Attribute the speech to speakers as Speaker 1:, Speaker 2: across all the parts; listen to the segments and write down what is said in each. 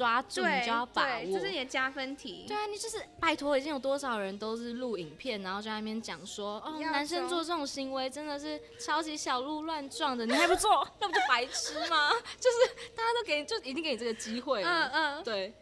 Speaker 1: 把住，你
Speaker 2: 对
Speaker 1: 就要把
Speaker 2: 对，
Speaker 1: 握
Speaker 2: 这。是你的加分题。
Speaker 1: 对啊，你就是拜托，已经有多少人都是录影片，然后就在那边讲说，哦，
Speaker 2: 要
Speaker 1: 男生
Speaker 2: 走
Speaker 1: 做这种行为真的是超级小鹿乱撞的，你还不 做，那不就白痴吗？ 就是大家都给你，就一定给你这个机会
Speaker 2: 嗯
Speaker 1: 了。
Speaker 2: 嗯，
Speaker 1: 对，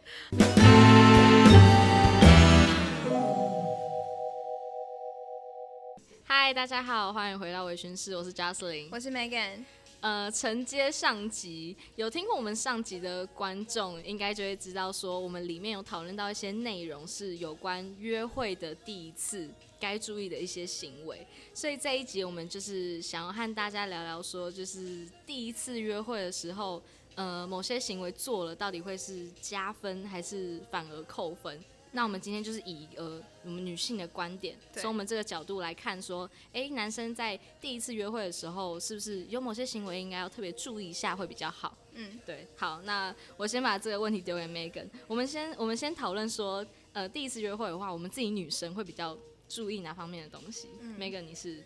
Speaker 1: 嗨，大家好，欢迎回到微醺室，我是 Jocelyn，
Speaker 2: 我是 Megan，
Speaker 1: 呃，承接上集，有听过我们上集的观众，应该就会知道说，我们里面有讨论到一些内容是有关约会的第一次该注意的一些行为，所以这一集我们就是想要和大家聊聊说，就是第一次约会的时候，呃，某些行为做了到底会是加分还是反而扣分？那我们今天就是以呃我们女性的观点，
Speaker 2: 对
Speaker 1: 从我们这个角度来看说，诶，男生在第一次约会的时候，是不是有某些行为应该要特别注意一下会比较好？
Speaker 2: 嗯，
Speaker 1: 对，好，那我先把这个问题丢给 Megan，我们先我们先讨论说，呃，第一次约会的话，我们自己女生会比较注意哪方面的东西、
Speaker 2: 嗯
Speaker 1: m e g a n 你是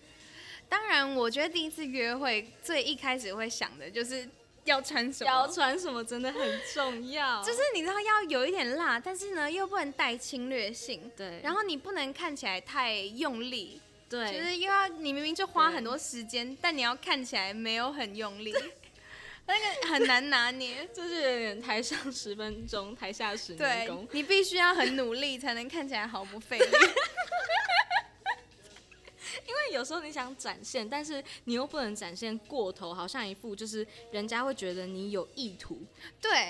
Speaker 2: 当然，我觉得第一次约会最一开始会想的就是要穿什
Speaker 1: 要
Speaker 2: 么，
Speaker 1: 穿什么真的很重要，
Speaker 2: 就是你知道要有一点辣，但是呢又不能带侵略性，
Speaker 1: 对，
Speaker 2: 然
Speaker 1: 后
Speaker 2: 后你不能看起来太用力，
Speaker 1: 对，
Speaker 2: 就是又要你明明就花很多时间，但你要看起来没有很用力，那个很难 拿捏。
Speaker 1: 就是有点台上十分钟，台下十年
Speaker 2: 对
Speaker 1: 功。
Speaker 2: 你必须要很努力才能看起来毫不费力。
Speaker 1: 因为有时候你想展现，但是你又不能展现过头，好像一副就是人家会觉得你有意图，
Speaker 2: 对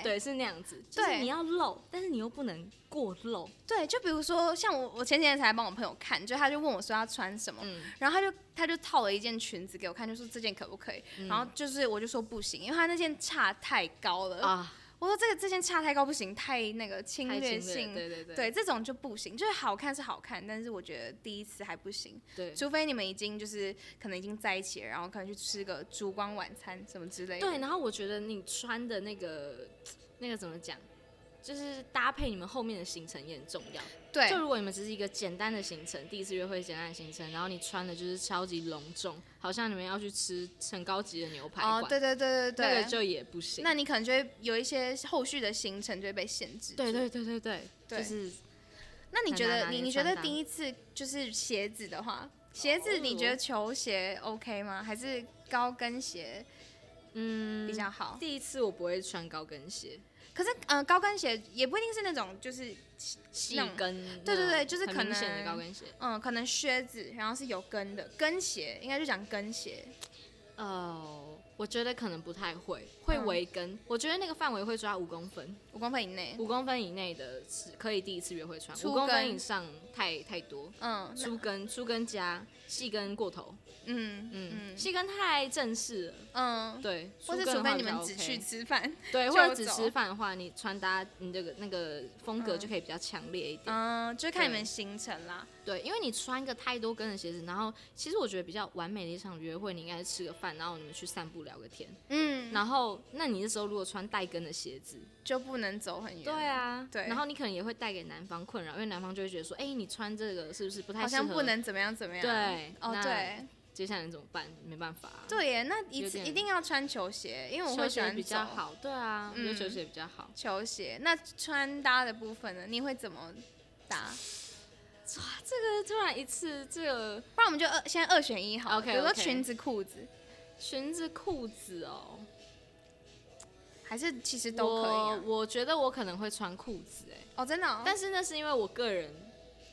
Speaker 1: 对，是那样子。就是
Speaker 2: 对
Speaker 1: 你要露，但是你又不能过露。
Speaker 2: 对，就比如说像我，我前几天才帮我朋友看，就他就问我说要穿什么，
Speaker 1: 嗯，
Speaker 2: 然后他就他就套了一件裙子给我看，就说这件可不可以？
Speaker 1: 嗯
Speaker 2: 然后就是我就说不行，因为他那件差太高了。
Speaker 1: 啊，
Speaker 2: 我说这个这件差太高不行，太那个侵
Speaker 1: 太
Speaker 2: 略
Speaker 1: 呃侵
Speaker 2: 性，
Speaker 1: 对对对
Speaker 2: 对这种就不行。就是好看是好看，但是我觉得第一次还不行，
Speaker 1: 对
Speaker 2: 除非你们已经就是可能已经在一起了，然后可能去吃个烛光晚餐什么之类的。
Speaker 1: 对。然后我觉得你穿的那个那个怎么讲，就是搭配你们后面的行程也很重要。
Speaker 2: 对
Speaker 1: 就如果你们只是一个简单的行程，第一次约会简单的行程，然后你穿的就是超级隆重，好像你们要去吃很高级的牛排馆，
Speaker 2: 哦，对对对对
Speaker 1: 那
Speaker 2: 对，
Speaker 1: 个就也不行。
Speaker 2: 那你可能就会有一些后续的行程就会被限制。
Speaker 1: 对。对对对对，
Speaker 2: 对
Speaker 1: 就是
Speaker 2: 那你觉
Speaker 1: 很
Speaker 2: 得
Speaker 1: 难拿
Speaker 2: 你
Speaker 1: 捏
Speaker 2: 你觉
Speaker 1: 穿
Speaker 2: 得
Speaker 1: 搭
Speaker 2: 第一次就是鞋子的话，鞋子你
Speaker 1: 哦
Speaker 2: 觉得球鞋 OK 吗？还是高跟鞋
Speaker 1: 嗯
Speaker 2: 比较好？
Speaker 1: 第一次我不会穿高跟鞋，
Speaker 2: 可是呃，高跟鞋也不一定是那种就是
Speaker 1: 细
Speaker 2: 那种
Speaker 1: 跟那种
Speaker 2: 对对对就是
Speaker 1: 很
Speaker 2: 可
Speaker 1: 明显的
Speaker 2: 能
Speaker 1: 高跟鞋。
Speaker 2: 嗯，可能靴子，然后是有跟的跟鞋，应该就讲跟鞋。
Speaker 1: 哦，我觉得可能不太会，会
Speaker 2: 嗯
Speaker 1: 围跟。我觉得那个范围会抓五公分，
Speaker 2: 五公分以内。
Speaker 1: 五公分以内的是可以第一次约会穿，
Speaker 2: 粗
Speaker 1: 五公分
Speaker 2: 跟
Speaker 1: 以上太太多。
Speaker 2: 嗯那
Speaker 1: 粗跟粗跟加细跟过头，
Speaker 2: 嗯
Speaker 1: 嗯，
Speaker 2: 嗯
Speaker 1: 细跟太正式了，
Speaker 2: 嗯，
Speaker 1: 对，
Speaker 2: 或
Speaker 1: 粗
Speaker 2: 是
Speaker 1: 跟的
Speaker 2: 除
Speaker 1: 话
Speaker 2: 非
Speaker 1: 比
Speaker 2: 你
Speaker 1: 较
Speaker 2: 们只
Speaker 1: OK
Speaker 2: 去吃饭。
Speaker 1: 对，
Speaker 2: 就
Speaker 1: 或者只
Speaker 2: 走
Speaker 1: 吃饭的话，你穿搭你这个那个风格就可以比较强烈一点。
Speaker 2: 嗯，就看你
Speaker 1: 对
Speaker 2: 们行程啦。
Speaker 1: 对，因为你穿个太多跟的鞋子，然后其实我觉得比较完美的一场约会，你应该是吃个饭，然后你们去散步聊个天。
Speaker 2: 嗯，
Speaker 1: 然后，那你这时候如果穿带跟的鞋子，
Speaker 2: 就不能走很远。
Speaker 1: 对，啊，
Speaker 2: 对
Speaker 1: 然后你可能也会带给男方困扰，因为男方就会觉得说，哎、你穿这个是不是不太
Speaker 2: 好
Speaker 1: 适合？
Speaker 2: 像不。能怎么样怎么样。
Speaker 1: 对
Speaker 2: 哦
Speaker 1: 那
Speaker 2: 对，
Speaker 1: 接下来你怎么办？没办法、啊，，
Speaker 2: 对耶，那一
Speaker 1: 有
Speaker 2: 次
Speaker 1: 点
Speaker 2: 一定要穿球鞋，因为我会喜欢
Speaker 1: 比较
Speaker 2: 走
Speaker 1: 好。对啊，我觉得球
Speaker 2: 嗯
Speaker 1: 鞋比较好。
Speaker 2: 球鞋。那穿搭的部分呢？你会怎么搭？
Speaker 1: 这突然一次，这个
Speaker 2: 不然我们就二先二选一好了
Speaker 1: OK，
Speaker 2: 比如说
Speaker 1: OK
Speaker 2: 裙子、裤子，
Speaker 1: 裙子、裤子哦，
Speaker 2: 还是其实都可以、啊。
Speaker 1: 我我觉得我可能会穿裤子、哎。
Speaker 2: 哦，真的、哦。
Speaker 1: 但是那是因为我个人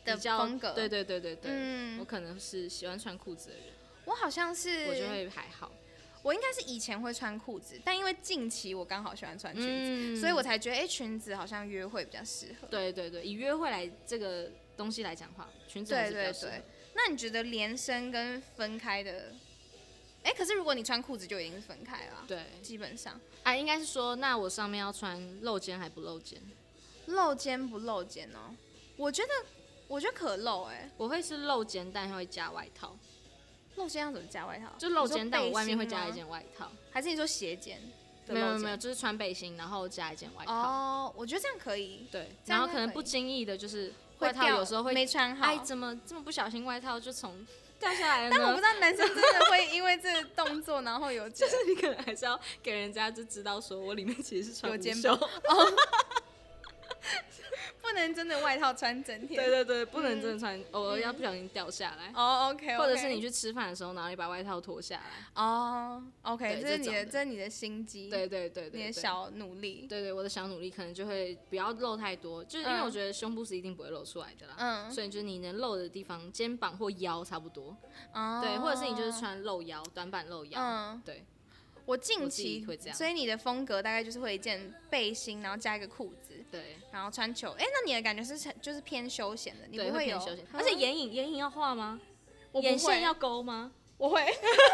Speaker 2: 的
Speaker 1: 比较
Speaker 2: 风格
Speaker 1: 对对对对对，我
Speaker 2: 嗯，
Speaker 1: 可能是喜欢穿裤子的人，
Speaker 2: 我好像是，
Speaker 1: 我就会还好。
Speaker 2: 我应该是以前会穿裤子，但因为近期我刚好喜欢穿裙子，
Speaker 1: 嗯
Speaker 2: 所以我才觉得哎、裙子好像约会比较适合。
Speaker 1: 对对对，以约会来这个东西来讲的话，裙子还
Speaker 2: 对
Speaker 1: 是比较
Speaker 2: 对
Speaker 1: 适合
Speaker 2: 对。那你觉得连身跟分开的？哎、可是如果你穿裤子就已经是分开了啊、
Speaker 1: 对
Speaker 2: 基本上
Speaker 1: 啊，应该是说，那我上面要穿露肩还不露肩？
Speaker 2: 露肩不露肩哦？我觉得，我觉得可露哎、
Speaker 1: 我会是露肩，但会加外套，
Speaker 2: 露肩要怎么加外套？
Speaker 1: 就露
Speaker 2: 你说
Speaker 1: 肩，但我
Speaker 2: 背
Speaker 1: 外面
Speaker 2: 心
Speaker 1: 会加
Speaker 2: 吗
Speaker 1: 一，件外套。
Speaker 2: 还是你说斜肩的
Speaker 1: 没有没
Speaker 2: 露
Speaker 1: 有没
Speaker 2: 肩
Speaker 1: 有，就是穿背心，然后加一件外套。
Speaker 2: 哦，我觉得这样可以，
Speaker 1: 对，
Speaker 2: 这
Speaker 1: 然
Speaker 2: 样
Speaker 1: 后
Speaker 2: 应
Speaker 1: 可
Speaker 2: 该
Speaker 1: 能
Speaker 2: 可
Speaker 1: 不
Speaker 2: 以
Speaker 1: 经意的，就是
Speaker 2: 会
Speaker 1: 外套
Speaker 2: 掉
Speaker 1: 有时候会
Speaker 2: 没穿好。
Speaker 1: 哎，怎么这么不小心，外套就从掉下来了呢？
Speaker 2: 但我不知 道男生真的会因为这个动作，然后有
Speaker 1: 就是你可能还是要给人家就知道，说我里面其实是穿
Speaker 2: 有
Speaker 1: 无
Speaker 2: 肩
Speaker 1: 袖。
Speaker 2: 能真的外套穿整天。
Speaker 1: 对对对，不能真的穿，偶尔要不小心掉下来，
Speaker 2: 嗯哦，OK，, o k
Speaker 1: 或者是你去吃饭的时候，然后你把外套脱下来。
Speaker 2: 哦，OK，
Speaker 1: 对
Speaker 2: 这是你
Speaker 1: 这
Speaker 2: 的，
Speaker 1: 种的
Speaker 2: 这是你的心机，
Speaker 1: 对对对对
Speaker 2: 你
Speaker 1: 对
Speaker 2: 的小努力，
Speaker 1: 对对，我的小努力可能就会不要露太多，就是因为
Speaker 2: 嗯
Speaker 1: 我觉得胸部是一定不会露出来的啦。
Speaker 2: 嗯
Speaker 1: 所以就是你能露的地方，肩膀或腰差不多。
Speaker 2: 哦
Speaker 1: 对，或者是你就是穿露腰，短版露腰。
Speaker 2: 嗯
Speaker 1: 对，
Speaker 2: 我近
Speaker 1: 我自己
Speaker 2: 期
Speaker 1: 会这样
Speaker 2: 所以你的风格大概就是会一件背心，然后加一个裤子，
Speaker 1: 对，
Speaker 2: 然后穿球。哎，那你的感觉是就是偏休闲的，你
Speaker 1: 对，
Speaker 2: 不
Speaker 1: 会
Speaker 2: 有嗯啊
Speaker 1: 偏休闲。而且眼影，眼影要画吗？
Speaker 2: 我不
Speaker 1: 眼
Speaker 2: 会
Speaker 1: 线要勾吗？
Speaker 2: 我会，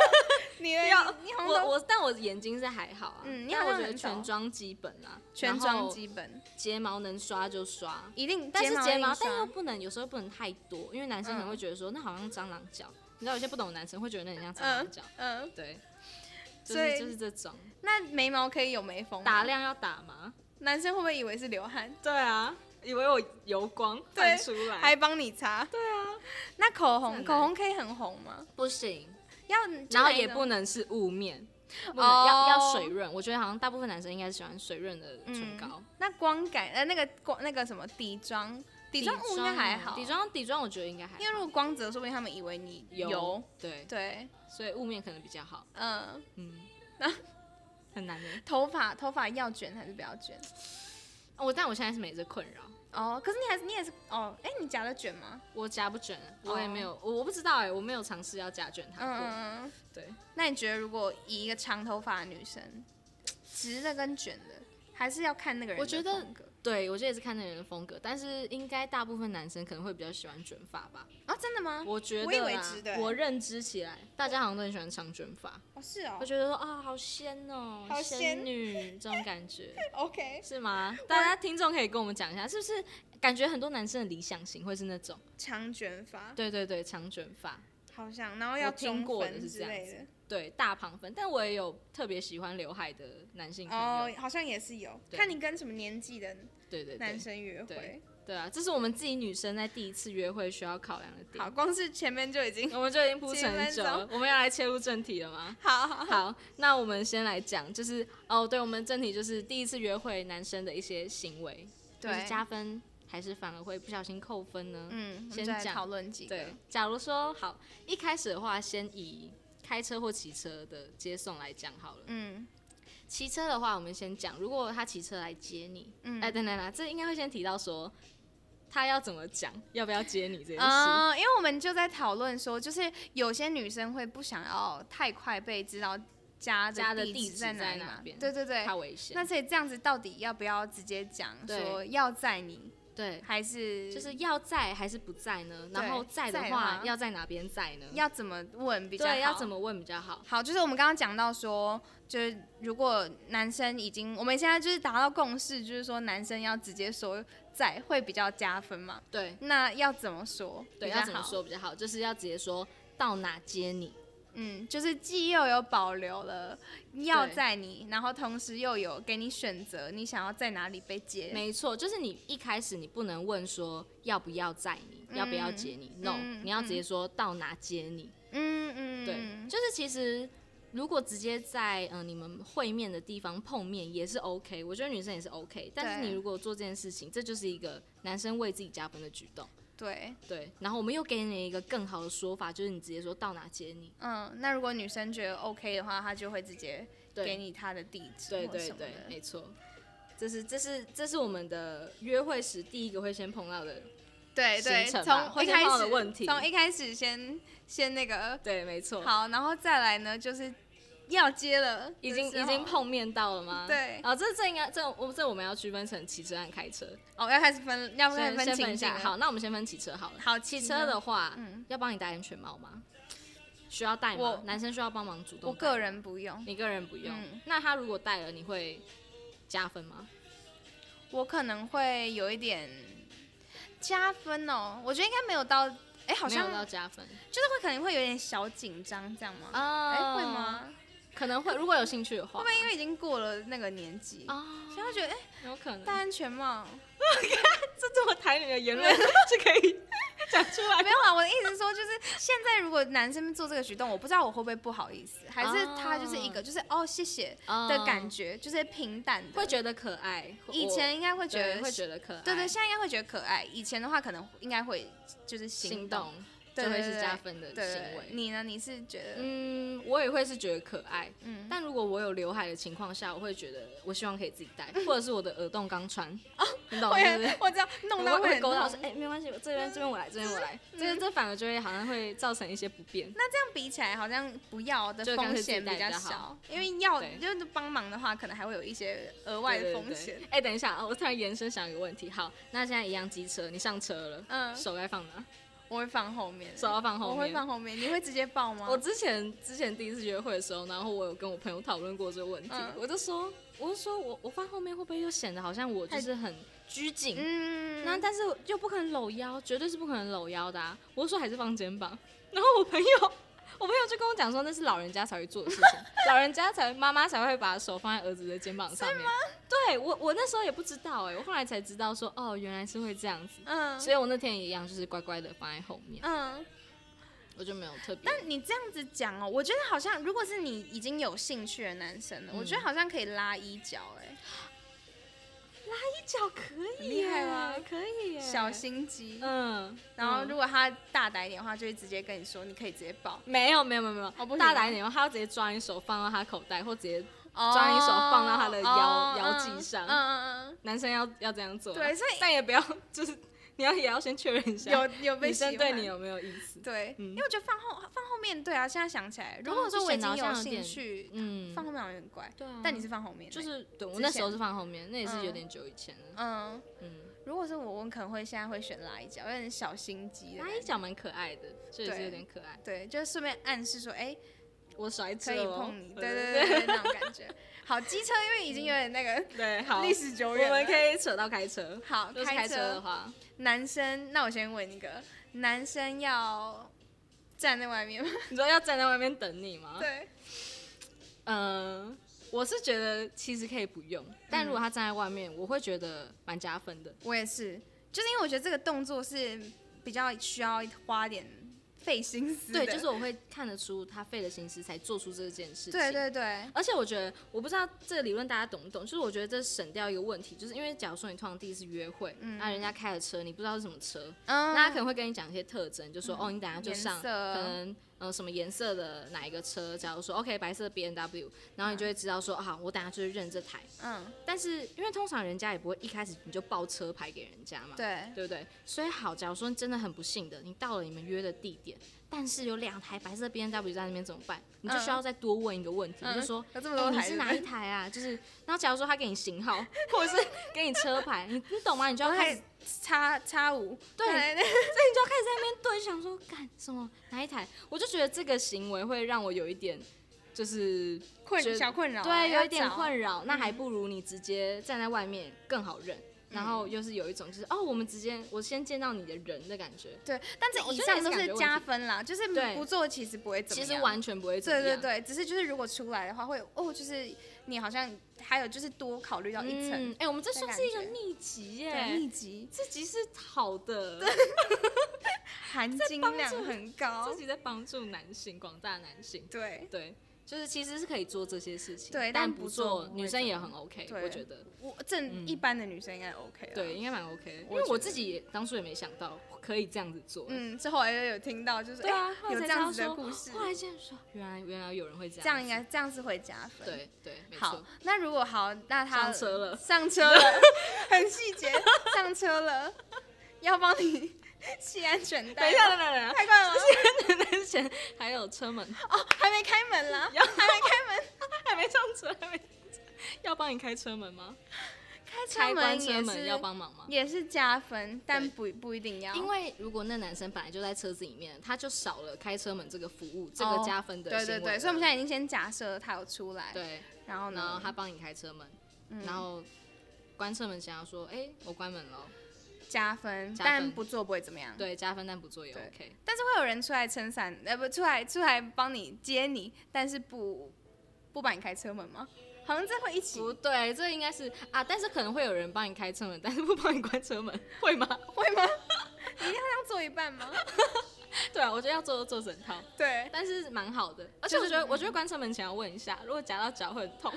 Speaker 2: 你 的
Speaker 1: 要
Speaker 2: 你好像
Speaker 1: 我
Speaker 2: 都
Speaker 1: 我，但我眼睛是还好啊。
Speaker 2: 嗯你
Speaker 1: 但
Speaker 2: 好
Speaker 1: 我
Speaker 2: 像
Speaker 1: 觉得
Speaker 2: 很少
Speaker 1: 全妆基本啊，
Speaker 2: 全
Speaker 1: 然
Speaker 2: 妆
Speaker 1: 后
Speaker 2: 基本
Speaker 1: 睫毛能刷就刷。
Speaker 2: 一定，但
Speaker 1: 但
Speaker 2: 是
Speaker 1: 是
Speaker 2: 睫
Speaker 1: 睫
Speaker 2: 毛
Speaker 1: 毛
Speaker 2: 一，定
Speaker 1: 但又
Speaker 2: 刷
Speaker 1: 不能，有时候不能太多，因为男生
Speaker 2: 嗯
Speaker 1: 可能会觉得说、那好像蟑螂脚，你知道有些不懂的男生会觉得那很像蟑螂脚，
Speaker 2: 嗯，
Speaker 1: 对，就
Speaker 2: 所以嗯
Speaker 1: 是就是这种
Speaker 2: 那眉毛可以有眉峰吗，
Speaker 1: 打量要打吗？
Speaker 2: 男生会不会以为是流汗？
Speaker 1: 对啊，以为我油光
Speaker 2: 对
Speaker 1: 泛出来，
Speaker 2: 还帮你擦，对啊。那口
Speaker 1: 这
Speaker 2: 红，
Speaker 1: 很
Speaker 2: 口红可以很红吗？
Speaker 1: 不行，
Speaker 2: 要，就
Speaker 1: 然后
Speaker 2: 哪一
Speaker 1: 也
Speaker 2: 种
Speaker 1: 不能是雾面，不能、
Speaker 2: 哦
Speaker 1: 要要水润，我觉得好像大部分男生应该是喜欢水润的唇膏。
Speaker 2: 那光感呃那个光那个什么底妆，底妆雾应该还好，
Speaker 1: 底妆底妆我觉得应该还好，
Speaker 2: 因为如果光泽，说不定他们以为你
Speaker 1: 油
Speaker 2: 油
Speaker 1: 对，
Speaker 2: 对，
Speaker 1: 所以雾面可能比较好，
Speaker 2: 嗯、
Speaker 1: 嗯，很难的。
Speaker 2: 头发头发要卷还是不要卷？
Speaker 1: 我哦但我现在是没这困扰，
Speaker 2: 哦，可是你还是你也是哦，哎、你夹的卷吗？
Speaker 1: 我夹不卷，
Speaker 2: 哦
Speaker 1: 我也没有，我我不知道哎、我没有尝试要夹卷它
Speaker 2: 嗯
Speaker 1: 过。
Speaker 2: 嗯嗯。
Speaker 1: 对，
Speaker 2: 那你觉得如果以一个长头发的女生，直的跟卷的，还是要看那个人
Speaker 1: 我觉
Speaker 2: 的
Speaker 1: 得
Speaker 2: 风格
Speaker 1: 对我觉得也是看那个人的风格，但是应该大部分男生可能会比较喜欢卷发吧。
Speaker 2: 啊、真的吗？
Speaker 1: 我觉得
Speaker 2: 我以为
Speaker 1: 啦
Speaker 2: 直的欸
Speaker 1: 我认知起来，大家好像都很喜欢长卷发，
Speaker 2: 哦，是哦
Speaker 1: 我觉得说啊，好仙哦、
Speaker 2: 好仙
Speaker 1: 仙女这种感 觉
Speaker 2: ，OK，
Speaker 1: 是吗？大家听众可以跟我们讲一下，是不是感觉很多男生的理想型会是那种？
Speaker 2: 长卷发
Speaker 1: 对对对，长卷发，
Speaker 2: 好像，然后要
Speaker 1: 我听
Speaker 2: 中
Speaker 1: 过的
Speaker 2: 分
Speaker 1: 是
Speaker 2: 之
Speaker 1: 这样
Speaker 2: 类
Speaker 1: 子
Speaker 2: 的，
Speaker 1: 对大旁分，但我也有特别喜欢刘海的男性朋友。
Speaker 2: 哦，好像也是有，
Speaker 1: 对
Speaker 2: 看你跟什么年纪的
Speaker 1: 对对对
Speaker 2: 男，生约会
Speaker 1: 对。对啊，这是我们自己女生在第一次约会需要考量的点。
Speaker 2: 好，，光是前面就已经
Speaker 1: 我们就已经铺陈很
Speaker 2: 几
Speaker 1: 久
Speaker 2: 分？
Speaker 1: 了，我们要来切入正题了吗
Speaker 2: 好好好
Speaker 1: 好，那我们先来讲，就是哦，对，我们正题就是第一次约会男生的一些行为，就是加分还是反而会不小心扣分呢？
Speaker 2: 嗯，我们
Speaker 1: 先
Speaker 2: 再来
Speaker 1: 讲
Speaker 2: 讨论几个
Speaker 1: 对，，假如说好一开始的话，先以开车或骑车的接送来讲好了。
Speaker 2: 嗯
Speaker 1: 骑车的话，我们先讲，如果他骑车来接你，
Speaker 2: 嗯，
Speaker 1: 哎，等等等，这应该会先提到说他要怎么讲，要不要接你这件事。
Speaker 2: 嗯，因为我们就在讨论说，就是有些女生会不想要太快被知道家
Speaker 1: 家的
Speaker 2: 地
Speaker 1: 地
Speaker 2: 址
Speaker 1: 址
Speaker 2: 在
Speaker 1: 在
Speaker 2: 里
Speaker 1: 哪
Speaker 2: 嘛，
Speaker 1: 边
Speaker 2: 对对对。
Speaker 1: 怕危险。
Speaker 2: 那所以这样子到底要不要直接讲
Speaker 1: 对
Speaker 2: 说要在你，
Speaker 1: 对，
Speaker 2: 还是
Speaker 1: 就是要在还是不在呢？
Speaker 2: 对
Speaker 1: 然后在的
Speaker 2: 在的
Speaker 1: 话
Speaker 2: 话，
Speaker 1: 要在哪边在呢？
Speaker 2: 要怎么问比较好？
Speaker 1: 对，要怎么问比较好？
Speaker 2: 好，就是我们刚刚讲到说，就是如果男生已经，我们现在就是达到共识，就是说男生要直接说在会比较加分嘛。
Speaker 1: 对
Speaker 2: 那要怎么说？
Speaker 1: 对，
Speaker 2: 比较
Speaker 1: 要怎么
Speaker 2: 好？
Speaker 1: 说比较好？就是要直接说到哪接你。
Speaker 2: 嗯，就是既又有保留了要在你，然后同时又有给你选择，你想要在哪里被接。
Speaker 1: 没错，就是你一开始你不能问说要不要载你，要不要接你，no，
Speaker 2: 嗯
Speaker 1: 你要直接说到哪接你。
Speaker 2: 嗯嗯，
Speaker 1: 对，
Speaker 2: 嗯
Speaker 1: 就是其实如果直接在嗯、呃你们会面的地方碰面也是 OK，我觉得女生也是 OK，但是
Speaker 2: 对
Speaker 1: 你如果做这件事情，这就是一个男生为自己加分的举动。
Speaker 2: 对，
Speaker 1: 对，然后我们又给你一个更好的说法，就是你直接说到哪接你。
Speaker 2: 嗯，那如果女生觉得 OK 的话，她就会直接
Speaker 1: 对
Speaker 2: 给你她的地址
Speaker 1: 对
Speaker 2: 或
Speaker 1: 对
Speaker 2: 什么
Speaker 1: 对，
Speaker 2: 的。
Speaker 1: 没错。这是这是这是我们的约会时第一个会先碰到的，
Speaker 2: 对对，
Speaker 1: 行程吧
Speaker 2: 从
Speaker 1: 会
Speaker 2: 一
Speaker 1: 先
Speaker 2: 开
Speaker 1: 碰到
Speaker 2: 始
Speaker 1: 的问题
Speaker 2: 从一开始先先那个
Speaker 1: 对，没错。
Speaker 2: 好，然后再来呢，就是要接了，
Speaker 1: 已经
Speaker 2: 就是
Speaker 1: 已经碰面到了吗？
Speaker 2: 对
Speaker 1: 啊、这这应该这我这我们要区分成骑车和开车，
Speaker 2: 哦，要开始分，要开
Speaker 1: 先
Speaker 2: 始
Speaker 1: 先分
Speaker 2: 情
Speaker 1: 一
Speaker 2: 景
Speaker 1: 下。
Speaker 2: 了，
Speaker 1: 好，那我们先分骑车好了。
Speaker 2: 好，
Speaker 1: 骑
Speaker 2: 汽
Speaker 1: 车的话，
Speaker 2: 嗯
Speaker 1: 要帮你戴安全帽吗？需要戴
Speaker 2: 我
Speaker 1: 吗？男生需要帮忙主动。
Speaker 2: 我个，人不用，
Speaker 1: 你个人不用。
Speaker 2: 嗯
Speaker 1: 那他如果戴了，你会加分吗？
Speaker 2: 我可能会有一点加分哦，我觉得应该没有到，哎，好像
Speaker 1: 没有到
Speaker 2: 就
Speaker 1: 加分
Speaker 2: 是会可能会有点小紧张，这样吗？
Speaker 1: 啊
Speaker 2: 哎、会？吗？
Speaker 1: 可能会，如果有兴趣的话
Speaker 2: 会不。会因为已经过了那个年纪，
Speaker 1: 啊，
Speaker 2: 所以会觉得哎，
Speaker 1: 有可能。
Speaker 2: 戴安全帽，
Speaker 1: 这这么台女的言论 是可以讲出 来
Speaker 2: 没有啊，我的意思是说，就是现在如果男生做这个举动，我不知道我会不会不好意思，还是他就是一个就是哦谢谢的感
Speaker 1: 觉，
Speaker 2: 觉，就是平淡的。
Speaker 1: 会觉得可爱。
Speaker 2: 以前应该会
Speaker 1: 我
Speaker 2: 觉得
Speaker 1: 对会觉得可爱，
Speaker 2: 对对，现在应该会觉得可爱。以前的话，可能应该会就是
Speaker 1: 心
Speaker 2: 动。
Speaker 1: 动
Speaker 2: 对
Speaker 1: 就会
Speaker 2: 对
Speaker 1: 是
Speaker 2: 对
Speaker 1: 加分的
Speaker 2: 对对
Speaker 1: 行
Speaker 2: 对
Speaker 1: 为。
Speaker 2: 你呢？你是觉得
Speaker 1: 嗯，我也会是觉得可爱，
Speaker 2: 嗯
Speaker 1: 但如果我有刘海的情况下，我会觉得我希望可以自己 戴，或者是我的耳洞刚穿，你懂
Speaker 2: 我
Speaker 1: 啊哦对不
Speaker 2: 也
Speaker 1: 对？
Speaker 2: 我知道弄到
Speaker 1: 我会
Speaker 2: 很
Speaker 1: 勾到
Speaker 2: 痛
Speaker 1: 说，哎、没关系，我这边这边我来，这边我来，这个这反而就会好像会造成一些不便。
Speaker 2: 那这样比起来，好像不要的
Speaker 1: 就干
Speaker 2: 风
Speaker 1: 脆自己
Speaker 2: 险
Speaker 1: 带
Speaker 2: 比较
Speaker 1: 比较
Speaker 2: 小
Speaker 1: 好，
Speaker 2: 因为要
Speaker 1: 对
Speaker 2: 就是帮忙的话，可能还会有一些额外的
Speaker 1: 对对
Speaker 2: 风
Speaker 1: 对
Speaker 2: 险。
Speaker 1: 哎、等一下啊，我突然延伸想一个问题，好，那现在一样机车，你上车了，
Speaker 2: 嗯，
Speaker 1: 手该放哪？
Speaker 2: 我会放后面，
Speaker 1: 手啊要放后
Speaker 2: 我
Speaker 1: 面。
Speaker 2: 会放后面。你会直接抱吗？
Speaker 1: 我之前之前第一次约会的时候，然后我有跟我朋友讨论过这个问题，
Speaker 2: 嗯
Speaker 1: 我就说，我就说我我放后面会不会又显得好像我就是很拘谨？
Speaker 2: 嗯，
Speaker 1: 那但是又不可能搂腰，绝对是不可能搂腰的、啊。我就说还是放肩膀，然后我朋友，我朋友就跟我讲说那是老人家才会做的事情，老人家才妈妈才会把手放在儿子的肩膀上面。对我我那时候也不知道哎、我后来才知道说哦原来是会这样子，
Speaker 2: 嗯
Speaker 1: 所以我那天也一样就是乖乖的放在后面，
Speaker 2: 嗯，
Speaker 1: 我就没有特别。
Speaker 2: 但你这样子讲哦，我觉得好像如果是你已经有兴趣的男生了，我
Speaker 1: 嗯
Speaker 2: 觉得好像可以拉衣角哎，
Speaker 1: 脚可
Speaker 2: 以耶
Speaker 1: 厉害吗？可以耶
Speaker 2: 小。心机。
Speaker 1: 嗯，
Speaker 2: 然后
Speaker 1: 嗯
Speaker 2: 如果他大胆一点的话，就会直接跟你说，你可以直接抱，
Speaker 1: 没有没有没有没有，
Speaker 2: 哦不行
Speaker 1: 大胆一点，他要直接抓你手放到他口袋，或直接
Speaker 2: 抓
Speaker 1: 你手放到他的腰腰际上
Speaker 2: 哦嗯嗯嗯
Speaker 1: 男生要要这样做啊。
Speaker 2: 嗯，对，所以
Speaker 1: 但也不要，就是你要也要先确认一下，
Speaker 2: 有有被
Speaker 1: 女
Speaker 2: 喜
Speaker 1: 生
Speaker 2: 欢
Speaker 1: 对你有没有意思。
Speaker 2: 对，
Speaker 1: 嗯
Speaker 2: 因为我觉得放后放后面对啊，现在想起来，如
Speaker 1: 啊
Speaker 2: 果说
Speaker 1: 就
Speaker 2: 我已
Speaker 1: 显得
Speaker 2: 经
Speaker 1: 好像
Speaker 2: 有
Speaker 1: 有
Speaker 2: 兴
Speaker 1: 点
Speaker 2: 趣，
Speaker 1: 嗯，
Speaker 2: 放后面好像有点怪，
Speaker 1: 对啊，
Speaker 2: 但你是放后面欸，
Speaker 1: 就是对我
Speaker 2: 之
Speaker 1: 那时候
Speaker 2: 前
Speaker 1: 是放后面，那也是有
Speaker 2: 嗯
Speaker 1: 点久以前了。
Speaker 2: 嗯，
Speaker 1: 嗯，
Speaker 2: 如果是我，我可能会现在会选拉一脚，有点小心机的
Speaker 1: 拉
Speaker 2: 感
Speaker 1: 一
Speaker 2: 觉，
Speaker 1: 脚蛮可爱的，所以是
Speaker 2: 对
Speaker 1: 有点可爱。
Speaker 2: 对，就是顺便暗示说，哎，
Speaker 1: 我甩车
Speaker 2: 可以
Speaker 1: 哦
Speaker 2: 碰你，对
Speaker 1: 对嗯
Speaker 2: 对对 对，那种感觉。好，机车因为已经有点那个
Speaker 1: 对对，好，
Speaker 2: 历史久
Speaker 1: 我
Speaker 2: 远了，
Speaker 1: 们可以扯到开车。
Speaker 2: 好
Speaker 1: 就是开车的
Speaker 2: 车，
Speaker 1: 话，
Speaker 2: 男生，那我先问一个，男生要站在外面吗？
Speaker 1: 你说要站在外面等你吗？
Speaker 2: 对，
Speaker 1: 嗯，我是觉得其实可以不用，但
Speaker 2: 嗯
Speaker 1: 如果他站在外面，我会觉得蛮加分的。
Speaker 2: 我也是，就是因为我觉得这个动作是比较需要花点费心思的。
Speaker 1: 对，就是我会看得出他费了心思才做出这件事情。
Speaker 2: 对对对，
Speaker 1: 而且我觉得，我不知道这个理论大家懂不懂，就是我觉得这省掉一个问题，就是因为假如说你通常第一次约会，那、人家开的车你不知道是什么车，
Speaker 2: 嗯，
Speaker 1: 那他可能会跟你讲一些特征，就说、哦，你等下就上
Speaker 2: 颜
Speaker 1: 可
Speaker 2: 色
Speaker 1: 能呃什么颜色的哪一个车，假如说 OK 白色 B N W，然后你就会知道说好、我等下就是认这台。
Speaker 2: 嗯，
Speaker 1: 但是因为通常人家也不会一开始你就报车牌给人家嘛，
Speaker 2: 对，
Speaker 1: 对不对？所以好，假如说真的很不幸的，你到了你们约的地点，但是有两台白色 B N W 在那边怎么办？你就需要再多问一个问题，
Speaker 2: 嗯
Speaker 1: 你就说
Speaker 2: 有这
Speaker 1: 哎
Speaker 2: 么多
Speaker 1: 你
Speaker 2: 孩
Speaker 1: 是
Speaker 2: 子，
Speaker 1: 哪一台啊？就是，然后假如说他给你型号， 或者是给你车牌，你你懂吗？你就要开始，
Speaker 2: 还叉叉五，
Speaker 1: 对
Speaker 2: 对对
Speaker 1: 你就要开始在那边对，想说干什么哪一台？我就觉得这个行为会让我有一点，就是觉
Speaker 2: 困
Speaker 1: 得
Speaker 2: 小困扰啊，
Speaker 1: 对有
Speaker 2: 要
Speaker 1: 一点
Speaker 2: 找，嗯
Speaker 1: 困扰。那还不如你直接站在外面更好认，然后又是有一种就是哦，我们直接我先见到你的人的感觉，
Speaker 2: 对，但这
Speaker 1: 我
Speaker 2: 以
Speaker 1: 觉得
Speaker 2: 上
Speaker 1: 也是
Speaker 2: 都
Speaker 1: 感
Speaker 2: 是
Speaker 1: 觉问
Speaker 2: 加
Speaker 1: 题
Speaker 2: 分啦，就是
Speaker 1: 对
Speaker 2: 不做其实不会怎么
Speaker 1: 其
Speaker 2: 样，
Speaker 1: 实完全不会怎么
Speaker 2: 对对
Speaker 1: 样。
Speaker 2: 对，只是就是如果出来的话会哦，就是你好像还有就是多考虑到一层
Speaker 1: 嗯，哎、我们这
Speaker 2: 的
Speaker 1: 算
Speaker 2: 感
Speaker 1: 是一个
Speaker 2: 觉
Speaker 1: 秘籍
Speaker 2: 对
Speaker 1: 耶，
Speaker 2: 密集，
Speaker 1: 这集是好的。
Speaker 2: 含金
Speaker 1: 帮
Speaker 2: 量
Speaker 1: 助
Speaker 2: 很高
Speaker 1: 自，己在帮助男性，广大男性，
Speaker 2: 对。
Speaker 1: 对，就是其实是可以做这些事情，
Speaker 2: 对
Speaker 1: 但
Speaker 2: 但不做
Speaker 1: 做
Speaker 2: 不会
Speaker 1: 女生也
Speaker 2: 怎么
Speaker 1: 很 OK，
Speaker 2: 对
Speaker 1: 我觉得，
Speaker 2: 我正一般的女生应该 OK 啦
Speaker 1: 嗯对，，应该蛮 OK，的因
Speaker 2: 我
Speaker 1: 为
Speaker 2: 觉
Speaker 1: 我
Speaker 2: 得
Speaker 1: 自己也当初也没想到可以这样子做，
Speaker 2: 嗯，之后来又有听到就是
Speaker 1: 对啊
Speaker 2: 哎，
Speaker 1: 后来
Speaker 2: 有
Speaker 1: 才知
Speaker 2: 这样
Speaker 1: 道
Speaker 2: 子的
Speaker 1: 说
Speaker 2: 故事，
Speaker 1: 后来竟然说原来原来有人会这样子，
Speaker 2: 这样应该这样是会加分。，
Speaker 1: 对对，没
Speaker 2: 好
Speaker 1: 错，，
Speaker 2: 那如果好，那他
Speaker 1: 上车了
Speaker 2: 上车 了，很细节，上车了，要帮你系安全
Speaker 1: 等
Speaker 2: 带
Speaker 1: 一，下，等一下，
Speaker 2: 太快了，
Speaker 1: 等一下， 之前还有车 门，
Speaker 2: 哦，还没开门啦，
Speaker 1: 要还没开门，还没上车，还没上车要帮你开车门吗？
Speaker 2: 开
Speaker 1: 开
Speaker 2: 车
Speaker 1: 关
Speaker 2: 门
Speaker 1: 车
Speaker 2: 也
Speaker 1: 门要
Speaker 2: 是
Speaker 1: 帮忙吗？
Speaker 2: 也是加分，但
Speaker 1: 对
Speaker 2: 不不一定要，
Speaker 1: 因为如果那男生本来就在车子里面，他就少了开车门这个服务，这个
Speaker 2: 哦
Speaker 1: 加分的
Speaker 2: 对
Speaker 1: 行
Speaker 2: 对
Speaker 1: 为。
Speaker 2: 对，所以我们现在已经先假设他有出来，
Speaker 1: 对，
Speaker 2: 然后
Speaker 1: 然后
Speaker 2: 呢，
Speaker 1: 他帮你开车门，
Speaker 2: 嗯
Speaker 1: 然后关车门想要说，哎、我关门了，
Speaker 2: 加分，
Speaker 1: 加
Speaker 2: 但
Speaker 1: 分
Speaker 2: 不做不会怎么样，
Speaker 1: 对，加分但不做也
Speaker 2: 嗯对
Speaker 1: OK，
Speaker 2: 但是会有人出来撑伞，呃，不出来出来帮你接你，但是不不帮你开车门吗？好像这会一起
Speaker 1: 不对，这应该是啊，但是可能会有人帮你开车门，但是不帮你关车门，会吗？
Speaker 2: 会吗？样做一半吗？
Speaker 1: 对啊，我觉得要做就做整套，
Speaker 2: 对，
Speaker 1: 但是蛮好的。而且我觉
Speaker 2: 嗯
Speaker 1: 得，我觉得关车门前要问一下，如果夹到脚会很痛，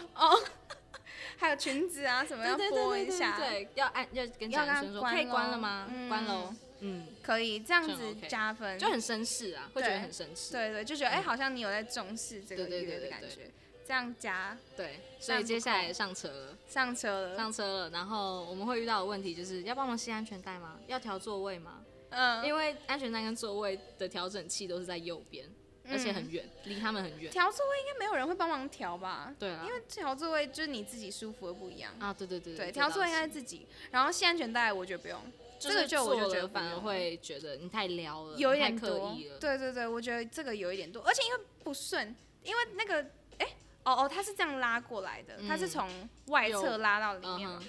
Speaker 2: 还有裙子啊什么
Speaker 1: 对
Speaker 2: 要
Speaker 1: 对对
Speaker 2: 拨
Speaker 1: 对
Speaker 2: 一
Speaker 1: 对
Speaker 2: 下，
Speaker 1: 对，要按要跟
Speaker 2: 要
Speaker 1: 家
Speaker 2: 跟他
Speaker 1: 人说
Speaker 2: 关
Speaker 1: 可以关
Speaker 2: 咯
Speaker 1: 了吗？
Speaker 2: 嗯
Speaker 1: 关喽，嗯，
Speaker 2: 可以这样
Speaker 1: 这样
Speaker 2: 子
Speaker 1: OK
Speaker 2: 加分，
Speaker 1: 就很绅士啊，会觉得很绅士。
Speaker 2: 嗯对对，就觉得哎、好像你有在重视这个
Speaker 1: 对对
Speaker 2: 月
Speaker 1: 对
Speaker 2: 的
Speaker 1: 对
Speaker 2: 感
Speaker 1: 对
Speaker 2: 觉，这样加
Speaker 1: 对，所以接下来上车了，
Speaker 2: 上车了，
Speaker 1: 上车了，然后我们会遇到的问题就是要帮忙系安全带吗？要调座位吗？
Speaker 2: 嗯，
Speaker 1: 因为安全带跟座位的调整器都是在右边，而且很远，离他们很远。
Speaker 2: 嗯调座位应该没有人会帮忙调吧？
Speaker 1: 对啊
Speaker 2: 因，为调座位就是你自己舒服的不一样。
Speaker 1: 啊，对对对
Speaker 2: 对，
Speaker 1: 对，
Speaker 2: 调座位应该
Speaker 1: 该
Speaker 2: 自己，然后系安全带我觉得不用，
Speaker 1: 就
Speaker 2: 这
Speaker 1: 是
Speaker 2: 个就我就
Speaker 1: 坐
Speaker 2: 觉得
Speaker 1: 了
Speaker 2: 不
Speaker 1: 反而
Speaker 2: 用
Speaker 1: 会觉得你太撩了，
Speaker 2: 有一
Speaker 1: 你太
Speaker 2: 点
Speaker 1: 刻
Speaker 2: 多
Speaker 1: 意了。。
Speaker 2: 对对对，我觉得这个有一点多，而且因为不顺，因为那个哎、哦哦，它是这样拉过来的，它是
Speaker 1: 嗯
Speaker 2: 从外侧
Speaker 1: 有
Speaker 2: 拉到里
Speaker 1: 嗯
Speaker 2: 面嘛，
Speaker 1: 哼，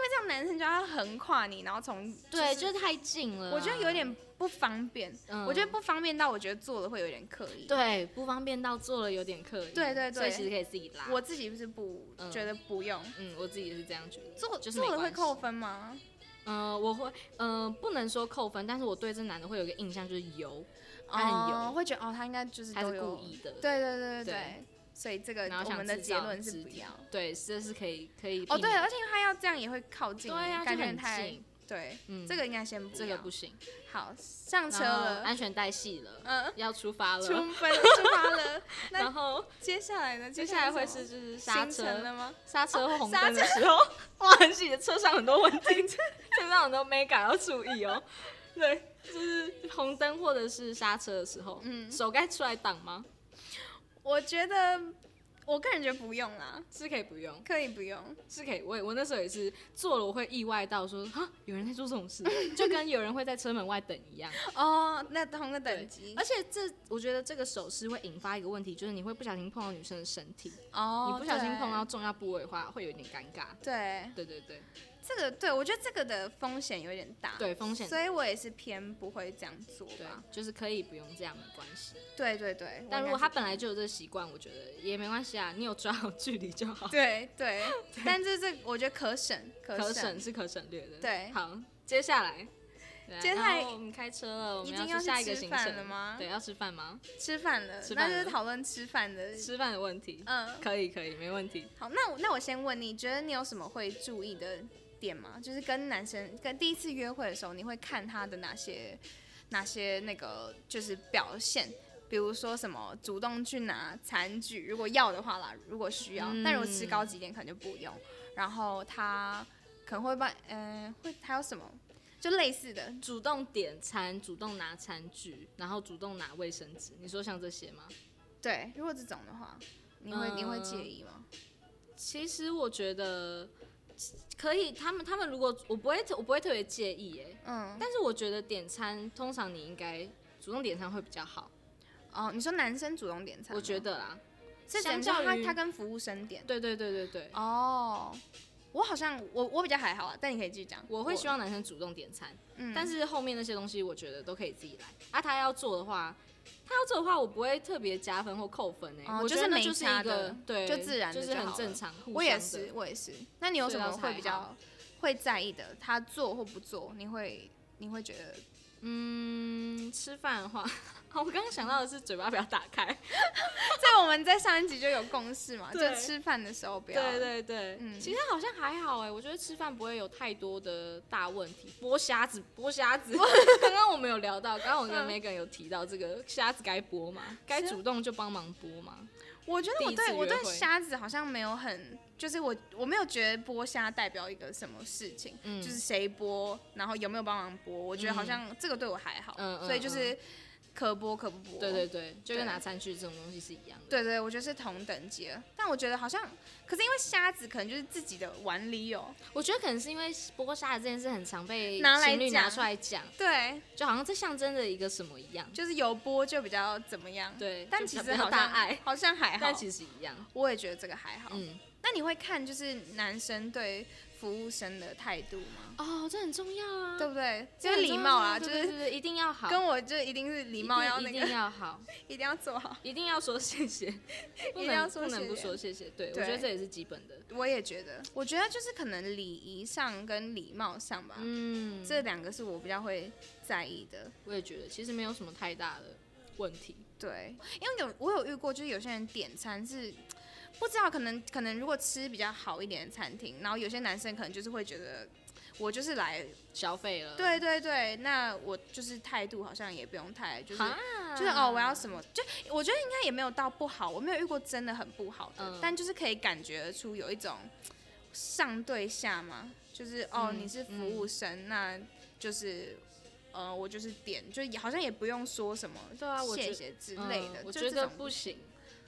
Speaker 2: 这样男生就要横跨你，然后从
Speaker 1: 对，
Speaker 2: 就
Speaker 1: 就是是太近了啊。
Speaker 2: 我觉得有点不方便，
Speaker 1: 嗯，
Speaker 2: 我觉得不方便到我觉得做了会有点刻意。
Speaker 1: 对不方便到坐了有点刻意。
Speaker 2: 对对
Speaker 1: 所
Speaker 2: 对
Speaker 1: 以其实可以自己拉。
Speaker 2: 我自己是不、
Speaker 1: 嗯
Speaker 2: 觉得不用
Speaker 1: 嗯，我自己也是这样觉得。
Speaker 2: 做，
Speaker 1: 就是没
Speaker 2: 做了
Speaker 1: 关
Speaker 2: 会
Speaker 1: 系
Speaker 2: 扣分吗？
Speaker 1: 嗯，我会，嗯，不能说扣分，但是我对这男的会有一个印象就是油，他很油
Speaker 2: 哦会觉得哦，他应该就是
Speaker 1: 他
Speaker 2: 都
Speaker 1: 是
Speaker 2: 有
Speaker 1: 故意的。
Speaker 2: 对对对对对
Speaker 1: 对，
Speaker 2: 所以这个
Speaker 1: 然后
Speaker 2: 我
Speaker 1: 想
Speaker 2: 们的
Speaker 1: 制
Speaker 2: 结
Speaker 1: 造
Speaker 2: 论是
Speaker 1: 肢
Speaker 2: 不
Speaker 1: 体
Speaker 2: 要。
Speaker 1: 对，这是可以可以
Speaker 2: 哦，
Speaker 1: 避
Speaker 2: 对，
Speaker 1: 免
Speaker 2: 而且他要这样也会靠近你，
Speaker 1: 对啊，
Speaker 2: 感
Speaker 1: 就
Speaker 2: 觉
Speaker 1: 很
Speaker 2: 太
Speaker 1: 近，
Speaker 2: 对，
Speaker 1: 嗯
Speaker 2: 这个应该先不
Speaker 1: 这个
Speaker 2: 要
Speaker 1: 不 行。
Speaker 2: 好，上车
Speaker 1: 然后
Speaker 2: 了，
Speaker 1: 安全带系了，
Speaker 2: 嗯，
Speaker 1: 要出发
Speaker 2: 出
Speaker 1: 了。
Speaker 2: 分出发了，那
Speaker 1: 然后
Speaker 2: 接下来呢？
Speaker 1: 接下来会
Speaker 2: 什
Speaker 1: 是就
Speaker 2: 么
Speaker 1: 是 刹
Speaker 2: 行程
Speaker 1: 车，
Speaker 2: 了吗？啊
Speaker 1: 刹车或红
Speaker 2: 刹
Speaker 1: 灯的时 候，哇，很细的车上很多问题，车上很多 mega 要注意哦。对，就是红灯或者是刹车的时候，
Speaker 2: 嗯
Speaker 1: 手该出来挡吗？
Speaker 2: 我觉得，我个人觉得不用啦，
Speaker 1: 是可以不用，
Speaker 2: 可以不用，
Speaker 1: 是可以。我也我那时候也是做了，我会意外到说啊，有人在做这种事，就跟有人会在车门外等一样。
Speaker 2: 哦，那同个
Speaker 1: 对
Speaker 2: 等级
Speaker 1: 而，且这我觉得这个手势会引发一个问题，就是你会不小心碰到女生的身体，
Speaker 2: 哦
Speaker 1: 你不小心
Speaker 2: 对
Speaker 1: 碰到重要部位的话，会有点尴尬。
Speaker 2: 对
Speaker 1: 对对对
Speaker 2: 这个，对我觉得这个的风险有点大，，
Speaker 1: 对，风险
Speaker 2: 所以我也是偏不会这样做
Speaker 1: 对啊
Speaker 2: 吧，，
Speaker 1: 就是可以不用这样没关系。
Speaker 2: 对对对，
Speaker 1: 但
Speaker 2: 我
Speaker 1: 如
Speaker 2: 应
Speaker 1: 果
Speaker 2: 该
Speaker 1: 他
Speaker 2: 是
Speaker 1: 本来就有这个习惯，我觉得也没关系啊，你有抓好距离就好，
Speaker 2: 对对， 但这这我觉得可省
Speaker 1: 可
Speaker 2: 省
Speaker 1: 省，是可省略的。
Speaker 2: 对
Speaker 1: 好，接下来。对啊
Speaker 2: 接下来
Speaker 1: 然后我们开车了，我
Speaker 2: 已
Speaker 1: 们
Speaker 2: 经
Speaker 1: 去下一
Speaker 2: 去
Speaker 1: 个
Speaker 2: 吃
Speaker 1: 行
Speaker 2: 饭
Speaker 1: 程
Speaker 2: 了？吗？
Speaker 1: 对，要吃饭吗？
Speaker 2: 吃饭了，
Speaker 1: 吃
Speaker 2: 那
Speaker 1: 饭
Speaker 2: 就是
Speaker 1: 了
Speaker 2: 讨论吃饭的。
Speaker 1: 吃饭的问题，
Speaker 2: 嗯，
Speaker 1: 可以可以，没问题。
Speaker 2: 好，那我那我先问你，觉得你有什么会注意的点吗？就是跟男生跟第一次约会的时候，你会看他的哪些哪些那个就是表现？比如说什么主动去拿餐具，如果要的话啦，如果需要，但如果吃
Speaker 1: 嗯
Speaker 2: 高级一点可能就不用。然后他可能会帮，嗯、会还有什么就类似的，
Speaker 1: 主动点餐，主动拿餐具，然后主动拿卫生纸。你说像这些吗？
Speaker 2: 对，如果这种的话，你会、你
Speaker 1: 呃
Speaker 2: 会介意吗？
Speaker 1: 其实我觉得可以，他们他们如果我不会特我不会特别介意哎，
Speaker 2: 嗯，
Speaker 1: 但是我觉得点餐通常你应该主动点餐会比较好，
Speaker 2: 哦，你说男生主动点餐吗，
Speaker 1: 我觉得啦。
Speaker 2: 是
Speaker 1: 相
Speaker 2: 等于说
Speaker 1: 较
Speaker 2: 他
Speaker 1: 于
Speaker 2: 他跟服务生点。
Speaker 1: 对对对对对，
Speaker 2: 哦，我好像我我比较还好啊，但你可以继续讲。
Speaker 1: 我会希，望男生主动点餐，
Speaker 2: 嗯
Speaker 1: 但是后面那些东西我觉得都可以自己来。啊，他要做的话。他要做的话，我不会特别加分或扣分诶、
Speaker 2: 哦
Speaker 1: 我觉得
Speaker 2: 就是
Speaker 1: 那
Speaker 2: 没
Speaker 1: 就是
Speaker 2: 差
Speaker 1: 一
Speaker 2: 的
Speaker 1: 个对，
Speaker 2: 就自然的
Speaker 1: 就
Speaker 2: 就是
Speaker 1: 很
Speaker 2: 好了
Speaker 1: 正常。互
Speaker 2: 我也
Speaker 1: 相的
Speaker 2: 是我也是。那你有什
Speaker 1: 这倒
Speaker 2: 么
Speaker 1: 是
Speaker 2: 会
Speaker 1: 还
Speaker 2: 比较
Speaker 1: 好
Speaker 2: 会在意的？他做或不做，你会你会觉得
Speaker 1: 嗯，吃饭的话， 我刚刚想到的是嘴巴不要打开。
Speaker 2: 这我们在上一集就有共识嘛，就
Speaker 1: 对
Speaker 2: 吃饭的时候不 要。
Speaker 1: 对啊对对，
Speaker 2: 嗯
Speaker 1: 其实好像还好哎、我觉得吃饭不会有太多的大问题。剥虾子，剥虾子， 刚刚我们有聊到，刚刚我跟
Speaker 2: 嗯
Speaker 1: Megan 有提到这个虾子该剥 嘛，该主动就帮忙剥嘛。
Speaker 2: 我觉得我
Speaker 1: 第一次
Speaker 2: 对我
Speaker 1: 约
Speaker 2: 对
Speaker 1: 会
Speaker 2: 虾子好像没有很，就是我我没有觉得剥虾代表一个什么事情，
Speaker 1: 嗯
Speaker 2: 就是谁剥，然后有没有帮忙剥，我觉得好像这个对我还好，
Speaker 1: 嗯嗯
Speaker 2: 所以就是可剥可不剥。
Speaker 1: 对对啊对，就
Speaker 2: 对
Speaker 1: 跟拿餐具这种东西是一样的。
Speaker 2: 对对，我觉得是同等级的，但我觉得好像，可是因为虾子可能就是自己的碗里有，
Speaker 1: 我觉得可能是因为剥虾子这件事很常被
Speaker 2: 拿来
Speaker 1: 情侣拿
Speaker 2: 讲
Speaker 1: 出来讲，
Speaker 2: 对，
Speaker 1: 就好像这象征着一个什么一样。
Speaker 2: 就是有剥就比较怎么样，，
Speaker 1: 对，
Speaker 2: 但
Speaker 1: 就
Speaker 2: 其
Speaker 1: 比
Speaker 2: 实
Speaker 1: 较
Speaker 2: 好
Speaker 1: 大
Speaker 2: 像
Speaker 1: 爱，
Speaker 2: 好 像还好
Speaker 1: 但，其实一样。
Speaker 2: 我也觉得这个还好。
Speaker 1: 嗯，
Speaker 2: 那你会看就是男生对服务生的态度吗？
Speaker 1: 哦，这很重要啊，
Speaker 2: 对不对？
Speaker 1: 这
Speaker 2: 就
Speaker 1: 很
Speaker 2: 是
Speaker 1: 重要，
Speaker 2: 礼貌啊啦，就
Speaker 1: 对对
Speaker 2: 是
Speaker 1: 对对一定要好，
Speaker 2: 跟我就一定是礼貌要那
Speaker 1: 一
Speaker 2: 个
Speaker 1: 定，要好，
Speaker 2: 一定要做好。
Speaker 1: 一定要说谢 谢，不
Speaker 2: 一定要
Speaker 1: 能
Speaker 2: 说
Speaker 1: 不能
Speaker 2: 谢
Speaker 1: 不
Speaker 2: 谢
Speaker 1: 说谢谢，对我
Speaker 2: 对
Speaker 1: 觉得这也是基本的，
Speaker 2: 我也觉
Speaker 1: 嗯
Speaker 2: 得，我觉得就是可能礼仪上跟礼貌上吧，
Speaker 1: 嗯，
Speaker 2: 这两个是我比较会在意的。
Speaker 1: 我也觉得其实没有什么太大的问题，
Speaker 2: 对，因为有我有遇过，就是有些人点餐是不知道，可能可能如果吃比较好一点的餐厅，然后有些男生可能就是会觉得我就是来，
Speaker 1: 消费了，
Speaker 2: 对对对，那我就是态度好像也不用太就是。
Speaker 1: 哈，
Speaker 2: 就是哦，
Speaker 1: 嗯
Speaker 2: 我要什么？就我觉得应该也没有到不好，我没有遇过真的很不好的，
Speaker 1: 嗯
Speaker 2: 但就是可以感觉得出有一种上对下嘛，就是哦，
Speaker 1: 嗯
Speaker 2: 你是服务生，那就是呃，我就是点，就也好像也不用说什么
Speaker 1: 对啊，我觉
Speaker 2: 谢
Speaker 1: 得
Speaker 2: 谢之类的，
Speaker 1: 嗯我
Speaker 2: 就
Speaker 1: 觉
Speaker 2: 这
Speaker 1: 得
Speaker 2: 种
Speaker 1: 不行，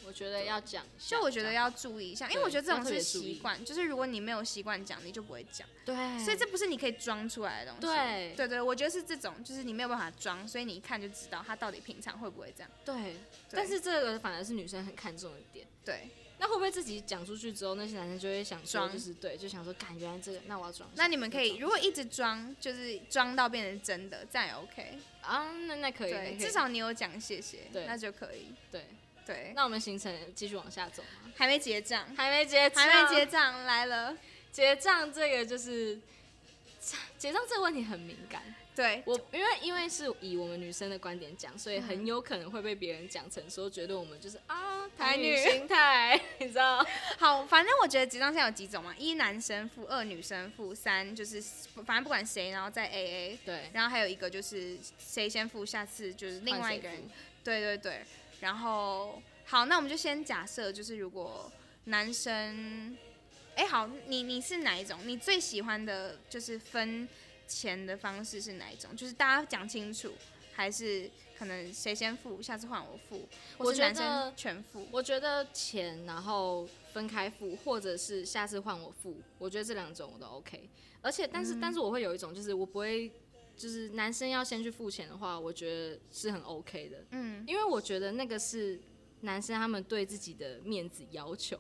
Speaker 1: 我觉得要讲一下，
Speaker 2: 就我觉得
Speaker 1: 这
Speaker 2: 要注意一下，因为
Speaker 1: 对
Speaker 2: 我觉得这
Speaker 1: 要
Speaker 2: 种
Speaker 1: 特
Speaker 2: 是
Speaker 1: 别注意
Speaker 2: 习惯，就是如果你没有习惯讲，你就不会讲，
Speaker 1: 样对，
Speaker 2: 所以这不是你可以装出来的东西。
Speaker 1: 对
Speaker 2: 对对，我觉得是这种，就是你没有办法装，所以你一看就知道他到底平常会不会这样。
Speaker 1: 对，
Speaker 2: 对
Speaker 1: 但是这个反而是女生很看重的点。
Speaker 2: 对，
Speaker 1: 那会不会自己讲出去之后，那些男生就会想说，
Speaker 2: 装
Speaker 1: 就是对，就想说，感原来这个，那我要装一下。
Speaker 2: 那你们可以
Speaker 1: 就
Speaker 2: 如果一直装，就是装到变成真的，这样也 OK。
Speaker 1: 装啊，那那可以，那可
Speaker 2: 对，
Speaker 1: 以
Speaker 2: 至少你有讲谢谢，
Speaker 1: 对
Speaker 2: 那就可以。
Speaker 1: 对。
Speaker 2: 对，
Speaker 1: 那我们行程继续往下走吗？
Speaker 2: 还没结账，
Speaker 1: 还没结账，
Speaker 2: 还没结账来了。
Speaker 1: 结账，这个就是结账这个问题很敏感。
Speaker 2: 对，
Speaker 1: 我因为因为是以我们女生的观点讲，
Speaker 2: 嗯
Speaker 1: 所以很有可能会被别人讲成说，觉得我们就是啊
Speaker 2: 台
Speaker 1: 女
Speaker 2: 女
Speaker 1: 心态， 你知道？
Speaker 2: 好，反正我觉得结账现在有几种嘛，一男生付，二女生付，三就是反正不管谁，然后再 AA，
Speaker 1: 对，
Speaker 2: 然后还有一个就是谁先付，下次就是另外一个人
Speaker 1: 换谁。付
Speaker 2: 对对对，然后好，那我们就先假设，就是如果男生，哎、好，你你是哪一种？你最喜欢的就是分钱的方式是哪一种？就是大家讲清楚，还是可能谁先付，下次换我付，
Speaker 1: 我
Speaker 2: 或是
Speaker 1: 觉
Speaker 2: 男
Speaker 1: 得
Speaker 2: 生全付？
Speaker 1: 我觉得钱，然后分开付，或者是下次换我付，我觉得这两种我都 OK。而且，但是、
Speaker 2: 嗯
Speaker 1: 但是我会有一种，就是我不会，就是男生要先去付钱的话，我觉得是很 OK 的，
Speaker 2: 嗯，
Speaker 1: 因为我觉得那个是男生他们对自己的面子要求，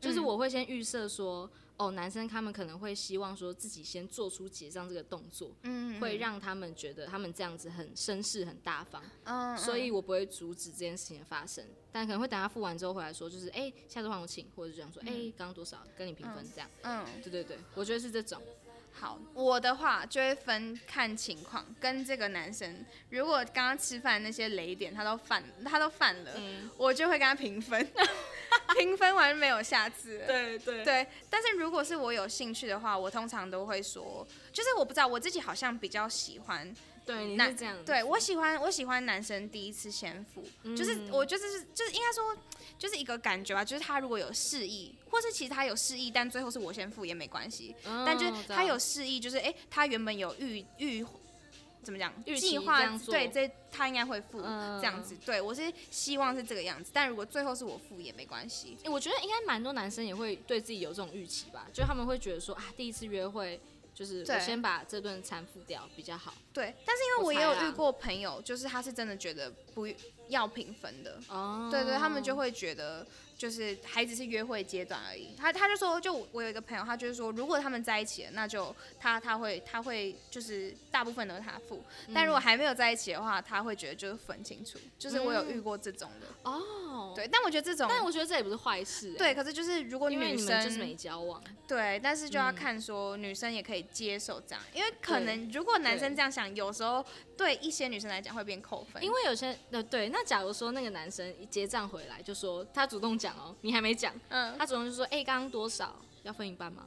Speaker 1: 就是
Speaker 2: 嗯
Speaker 1: 我会先预设说，哦，男生他们可能会希望说自己先做出结账这个动作，
Speaker 2: 嗯，
Speaker 1: 会让他们觉得他们这样子很绅士、很大方。
Speaker 2: 嗯，嗯
Speaker 1: 所以我不会阻止这件事情的发生，但可能会等他付完之后回来说，就是哎、下次换我请，或者这样说，哎、刚刚多少，跟你平分这样。
Speaker 2: 嗯，
Speaker 1: 对对对，我觉得是这种，
Speaker 2: 好，我的话就会分看情况，跟这个男生，如果刚刚吃饭那些雷点他都犯，他都犯了，我就会跟他平分，平分完没有下次了。
Speaker 1: 对对
Speaker 2: 对，但是如果是我有兴趣的话，我通常都会说，就是我不知道我自己好像比较喜欢，
Speaker 1: 对，你
Speaker 2: 那
Speaker 1: 是这样，
Speaker 2: 对我喜欢我喜欢男生第一次先付，就是我就是就是应该说就是一个感觉吧，就是他如果有示意，或是其实他有示意，但最后是我先付也没关系，
Speaker 1: 嗯，
Speaker 2: 但就是
Speaker 1: 我知道
Speaker 2: 他有示意，就是哎、诶他原本有预预怎么讲
Speaker 1: 预期
Speaker 2: 计
Speaker 1: 这
Speaker 2: 划
Speaker 1: 样，做
Speaker 2: 对，这他应该会付、
Speaker 1: 嗯
Speaker 2: 这样子。对我是希望是这个样子，但如果最后是我付也没关系。
Speaker 1: 欸我觉得应该蛮多男生也会对自己有这种预期吧，就他们会觉得说啊，第一次约会就是我
Speaker 2: 对
Speaker 1: 先把这顿餐付掉比较好。
Speaker 2: 对，但是因为
Speaker 1: 我
Speaker 2: 我也
Speaker 1: 猜
Speaker 2: 有
Speaker 1: 啦
Speaker 2: 遇过朋友，就是他是真的觉得不要平分的，
Speaker 1: 哦，
Speaker 2: 对对，他们就会觉得就是还只是约会阶段而已。他他就说，就我有一个朋友，他就是说，如果他们在一起了，那就他他会他会就是大部分都是他付，但
Speaker 1: 嗯
Speaker 2: 如果还没有在一起的话，他会觉得就是分清楚。就是我有遇过这种的，
Speaker 1: 嗯哦，
Speaker 2: 对，但我觉得这种。
Speaker 1: 但我觉得这也不是坏事、欸，
Speaker 2: 对，，可是就是如果
Speaker 1: 因为
Speaker 2: 女
Speaker 1: 你
Speaker 2: 生
Speaker 1: 们就是没嗯交往，
Speaker 2: 对，但是就要看说女生也可以接受这样，因为可能如果男生这样想，有时候对一些女生来讲会变扣分，
Speaker 1: 因为有些呃对，那假如说那个男生一结账回来就说他主动讲哦，你还没讲，
Speaker 2: 嗯，
Speaker 1: 他主动就说哎，欸刚、刚多少？要分一半吗？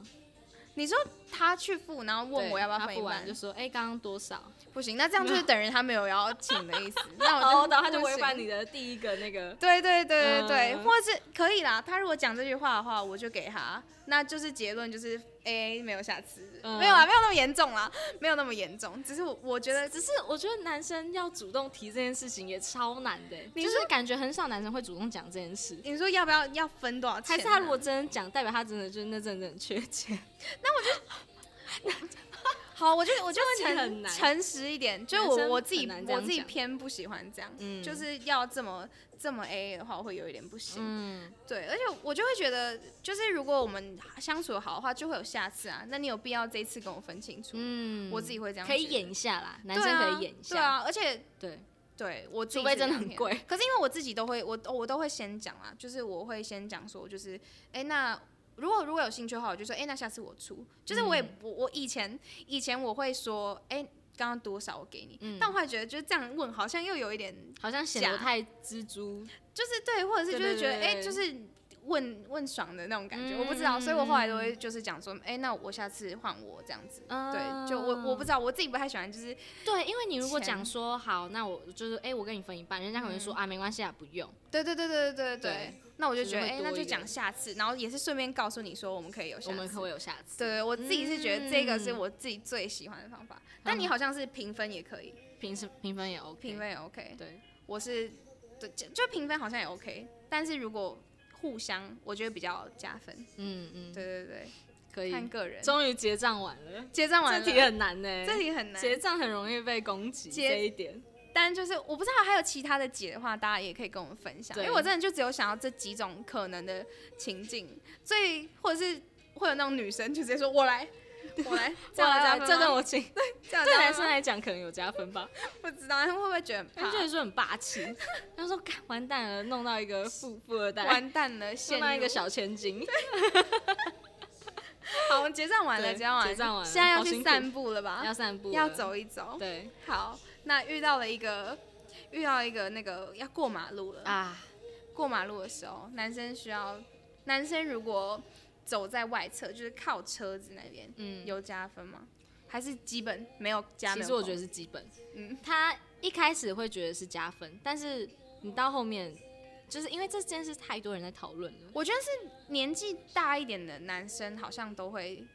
Speaker 2: 你说他去付，然后问
Speaker 1: 对
Speaker 2: 我要不要
Speaker 1: 他
Speaker 2: 分一
Speaker 1: 付完
Speaker 2: 半哦
Speaker 1: 就，说哎，欸刚、刚多少？
Speaker 2: 不行，那这样就是等于他没有要请的 意思，
Speaker 1: 然
Speaker 2: 那我
Speaker 1: 后
Speaker 2: 就
Speaker 1: 然后哦他就
Speaker 2: 不
Speaker 1: 违反
Speaker 2: 行。
Speaker 1: 你的第一个那个，
Speaker 2: 对对对对对，
Speaker 1: 嗯
Speaker 2: 或是可以啦。他如果讲这句话的话，我就给他。那就是结论就是 A A 没有下次，
Speaker 1: 嗯
Speaker 2: 没有啦，没有那么严重啦，没有那么严重。只是我我觉得
Speaker 1: 只是我觉得男生要主动提这件事情也超难的、
Speaker 2: 你
Speaker 1: 就是
Speaker 2: 说
Speaker 1: 感觉很少男生会主动讲这件事。
Speaker 2: 你说要不要要分多少钱
Speaker 1: 还
Speaker 2: 啊、
Speaker 1: 是他如果真的讲，代表他真的就是那阵子很缺钱。
Speaker 2: 好，我就我就
Speaker 1: 这问题很
Speaker 2: 诚
Speaker 1: 难
Speaker 2: 诚实一点，就
Speaker 1: 男
Speaker 2: 我
Speaker 1: 生
Speaker 2: 我
Speaker 1: 很
Speaker 2: 自己
Speaker 1: 难这
Speaker 2: 我
Speaker 1: 样
Speaker 2: 自己
Speaker 1: 讲
Speaker 2: 偏不喜欢这样，
Speaker 1: 嗯
Speaker 2: 就是要这么这么 A 的话，我会有一点不行。
Speaker 1: 嗯，
Speaker 2: 对，而且我就会觉得，就是如果我们相处得好的话，就会有下次啊。那你有必要这一次跟我分清楚？
Speaker 1: 嗯
Speaker 2: 我自己会这样
Speaker 1: 可以
Speaker 2: 觉得
Speaker 1: 演一下啦，男
Speaker 2: 对
Speaker 1: 生可
Speaker 2: 啊
Speaker 1: 以演一
Speaker 2: 对
Speaker 1: 下，
Speaker 2: 啊，而且
Speaker 1: 对，
Speaker 2: 对我自己
Speaker 1: 除非
Speaker 2: 是
Speaker 1: 真的
Speaker 2: 这样
Speaker 1: 很
Speaker 2: 偏
Speaker 1: 贵。
Speaker 2: 可是因为我自己都会，我我都会先讲啦，就是我会先讲说，就是哎、诶那如果如果有兴趣的话，我就说哎、诶那下次我出，就是我也、
Speaker 1: 嗯
Speaker 2: 我我以前以前我会说哎。诶刚刚多少我给你，
Speaker 1: 嗯
Speaker 2: 但我后来觉得就是这样问好像又有一点，
Speaker 1: 好像显得我
Speaker 2: 假
Speaker 1: 太蜘蛛，
Speaker 2: 就是对，或者是
Speaker 1: 对
Speaker 2: 就是
Speaker 1: 对
Speaker 2: 觉得哎、
Speaker 1: 对对
Speaker 2: 就是问问爽的那种感觉，
Speaker 1: 嗯
Speaker 2: 我不知道，所以我后来都会就是讲说，哎、那我下次换我这样子，对，就我我
Speaker 1: 嗯
Speaker 2: 不知道我自己不太喜欢，就是
Speaker 1: 对，因为你如果
Speaker 2: 钱嗯
Speaker 1: 讲说好，那我就是哎、我跟你分一半，人家可能说、啊，没关系啊，不用。
Speaker 2: 对对对对对对对
Speaker 1: 对。
Speaker 2: 那我就
Speaker 1: 就是
Speaker 2: 觉得，
Speaker 1: 会
Speaker 2: 哎、
Speaker 1: 多
Speaker 2: 那
Speaker 1: 一
Speaker 2: 就
Speaker 1: 个
Speaker 2: 讲下次，然后也是顺便告诉你说，我们可以有下次。
Speaker 1: 我们可不可以有下次？
Speaker 2: 对对，我自己是觉得这个是
Speaker 1: 嗯
Speaker 2: 我自己最喜欢的方法。但你
Speaker 1: 嗯
Speaker 2: 好像是评分也可以，
Speaker 1: 评是评分也 OK，
Speaker 2: 评分也 OK。
Speaker 1: 对，
Speaker 2: 我是对，就就评分好像也 OK，但是如果互相，我觉得比较加分。
Speaker 1: 嗯嗯，
Speaker 2: 对对对，
Speaker 1: 可以。
Speaker 2: 看个人。
Speaker 1: 终于结账完了，
Speaker 2: 结账完了，
Speaker 1: 这题很难呢、
Speaker 2: 这题很难。
Speaker 1: 结账很容易被攻击
Speaker 2: 结
Speaker 1: 这一点。
Speaker 2: 但就是我不知道还有其他的解的话，大家也可以跟我们分享，因
Speaker 1: 对
Speaker 2: 为我真的就只有想要这几种可能的情境，最或者是会有那种女生就直接说我来，我来，这样有加
Speaker 1: 来，
Speaker 2: 分吗
Speaker 1: 啊这对我请。
Speaker 2: 这样有
Speaker 1: 对
Speaker 2: 加
Speaker 1: 男
Speaker 2: 分
Speaker 1: 生
Speaker 2: 吗
Speaker 1: 来讲可能有加分吧，
Speaker 2: 不知道他们会不会觉得很
Speaker 1: 他们就
Speaker 2: 怕，
Speaker 1: 是说很霸气， 他说干完蛋了，弄到一个富富二代，
Speaker 2: 完蛋了，陷
Speaker 1: 弄哎到一
Speaker 2: 入
Speaker 1: 个小千金。
Speaker 2: 好，我们结账完了，
Speaker 1: 对
Speaker 2: 结账完了，
Speaker 1: 结账完了
Speaker 2: 现在要
Speaker 1: 好
Speaker 2: 去
Speaker 1: 辛苦
Speaker 2: 散步了吧？
Speaker 1: 要散步，
Speaker 2: 要。走一走。
Speaker 1: 对
Speaker 2: 好，那遇到了一个遇到一个那个要过马路了，
Speaker 1: 啊，
Speaker 2: 过马路的时候，男生需要，男生如果走在外侧，就是靠车子那边，
Speaker 1: 嗯，
Speaker 2: 有加分吗？还是基本没有加？
Speaker 1: 其实我觉得
Speaker 2: 得，
Speaker 1: 是基本。
Speaker 2: 嗯，
Speaker 1: 他一开始会觉得是加分，但是你到后面，就是因为这件事太多人在讨论了。
Speaker 2: 我觉得是年纪大一点的男生好像都会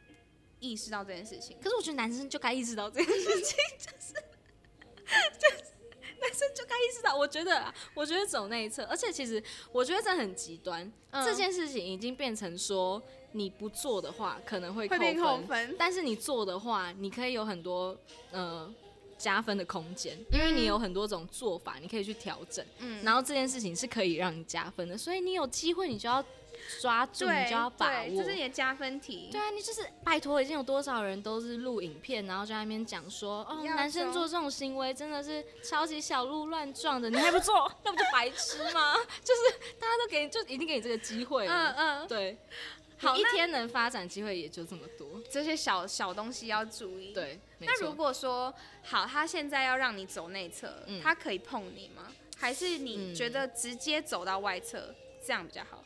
Speaker 2: 意识到这件事情，
Speaker 1: 可是我觉得男生就该意识到这件事情， 就是 就是男生就该意识到。我觉得啊，我觉得走那一侧，而且其实我觉得这很极端，
Speaker 2: 嗯
Speaker 1: 这件事情已经变成说你不做的话可能会
Speaker 2: 会
Speaker 1: 扣
Speaker 2: 变
Speaker 1: 分，
Speaker 2: 扣分。
Speaker 1: 但是你做的话，你可以有很多呃加分的空间，因为你有很多种做法，你可以去调整。
Speaker 2: 嗯，
Speaker 1: 然后这件事情是可以让你加分的，所以你有机会你就要抓住，你就要把
Speaker 2: 对
Speaker 1: 握
Speaker 2: 这。是你的加分题。
Speaker 1: 对啊，你就是拜托，已经有多少人都是录影片，然后就在那边讲说，哦，
Speaker 2: 要
Speaker 1: 男生
Speaker 2: 走
Speaker 1: 做这种行为真的是超级小鹿乱撞的，你还不 做，那不就白痴吗？ 就是大家都给你，就已经给你这个机会
Speaker 2: 嗯
Speaker 1: 了。
Speaker 2: 嗯，
Speaker 1: 对，
Speaker 2: 好
Speaker 1: 你一
Speaker 2: 那
Speaker 1: 天能发展机会也就这么多。
Speaker 2: 这些小小东西要注意。。
Speaker 1: 对，没
Speaker 2: 那
Speaker 1: 错
Speaker 2: 如果说好，他现在要让你走内侧，
Speaker 1: 嗯
Speaker 2: 他可以碰你吗？还是你
Speaker 1: 嗯
Speaker 2: 觉得直接走到外侧、这样比较好？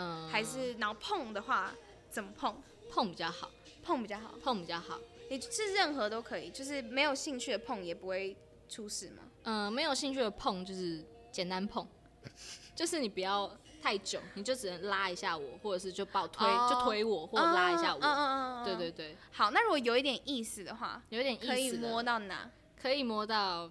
Speaker 1: 嗯、
Speaker 2: 还是然后碰的话怎么碰？
Speaker 1: 碰比较好，
Speaker 2: 碰比较好？
Speaker 1: 碰比较好。
Speaker 2: 你是任何都可以，就是没有兴趣的碰也不会出事吗？
Speaker 1: 嗯、没有兴趣的碰就是简单碰， 就是你不要太久，你就只能拉一下我，或者是就抱推、
Speaker 2: 哦
Speaker 1: 就推我或拉一下我。
Speaker 2: 嗯嗯嗯，嗯
Speaker 1: 对。对对，
Speaker 2: 好，那如果有一点意思的话，
Speaker 1: 有点意思的
Speaker 2: 可以摸，到哪？
Speaker 1: 可以摸到，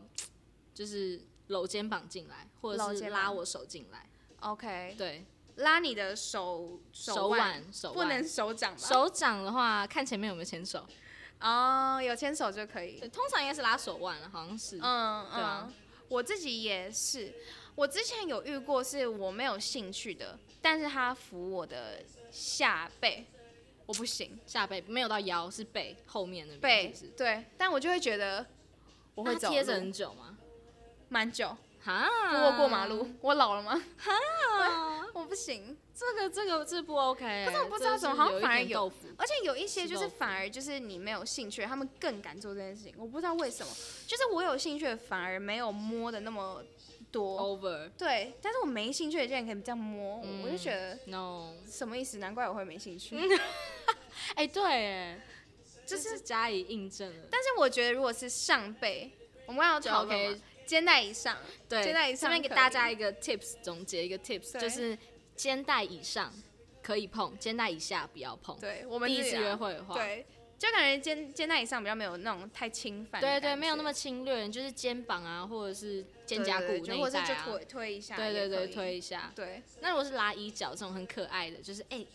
Speaker 1: 就是搂肩膀进来，或
Speaker 2: 搂
Speaker 1: 者是
Speaker 2: 肩
Speaker 1: 拉
Speaker 2: 膀
Speaker 1: 我手进来。
Speaker 2: OK，
Speaker 1: 对，
Speaker 2: 拉你的手
Speaker 1: 手
Speaker 2: 腕，
Speaker 1: 腕手腕
Speaker 2: 不能手掌吧？
Speaker 1: 手掌的话，看前面有没有牵手。
Speaker 2: 哦，有牵手就可以
Speaker 1: 对，。通常应该是拉手腕，啊好像是。
Speaker 2: 嗯
Speaker 1: 对啊
Speaker 2: 嗯，我自己也是，我之前有遇过是我没有兴趣的，但是他扶我的下背，我不行，
Speaker 1: 下背没有到腰，是背后面那边
Speaker 2: 背
Speaker 1: 是不是。
Speaker 2: 对，但我就会觉得
Speaker 1: 我
Speaker 2: 我会走
Speaker 1: 贴着嗯
Speaker 2: 路
Speaker 1: 很久吗？
Speaker 2: 蛮久，
Speaker 1: 哈，
Speaker 2: 扶我过马路，我老 了吗？
Speaker 1: 啊
Speaker 2: 我不行，
Speaker 1: 这个这个这不 OK，
Speaker 2: 可是我不知道
Speaker 1: 这
Speaker 2: 怎么
Speaker 1: 是
Speaker 2: 好像
Speaker 1: 有一
Speaker 2: 反而
Speaker 1: 点
Speaker 2: 有
Speaker 1: 豆腐，
Speaker 2: 而且有一些
Speaker 1: 吃
Speaker 2: 就是
Speaker 1: 豆腐
Speaker 2: 反而就是你没有兴趣，他们更敢做这件事情，我不知道为什么，就是我有兴趣反而没有摸的那么多。
Speaker 1: over
Speaker 2: 对，但是我没兴趣的竟然可以这样摸，我我就
Speaker 1: 嗯
Speaker 2: 觉得
Speaker 1: no，
Speaker 2: 什么意思？难怪我会没兴趣。
Speaker 1: 嗯哎、对，哎，
Speaker 2: 就
Speaker 1: 就是是加以印证了，
Speaker 2: 但是我觉得如果是上背，我们要
Speaker 1: 就
Speaker 2: 讨论
Speaker 1: OK
Speaker 2: 嘛肩带以上，
Speaker 1: 对，
Speaker 2: 肩带以
Speaker 1: 这
Speaker 2: 上
Speaker 1: 边给
Speaker 2: 可
Speaker 1: 大
Speaker 2: 以
Speaker 1: 家一个 tips，总结一个 tips，
Speaker 2: 对
Speaker 1: 就是肩带以上可以碰，肩带以下不要碰。
Speaker 2: 对我们
Speaker 1: 第一
Speaker 2: 自己
Speaker 1: 次
Speaker 2: 啊
Speaker 1: 约，会的话，
Speaker 2: 对，就感觉肩肩带以上比较没有那种太侵犯的
Speaker 1: 对
Speaker 2: 感觉，
Speaker 1: 对，没有那么侵略，就是肩膀啊，或者是肩胛
Speaker 2: 对对
Speaker 1: 骨那
Speaker 2: 对就或
Speaker 1: 一
Speaker 2: 者是
Speaker 1: 带
Speaker 2: 就
Speaker 1: 啊，
Speaker 2: 推推一下也可
Speaker 1: 对
Speaker 2: 以，
Speaker 1: 对对，推一下。
Speaker 2: 对，
Speaker 1: 那如果是拉衣角这种很可爱的，就是哎、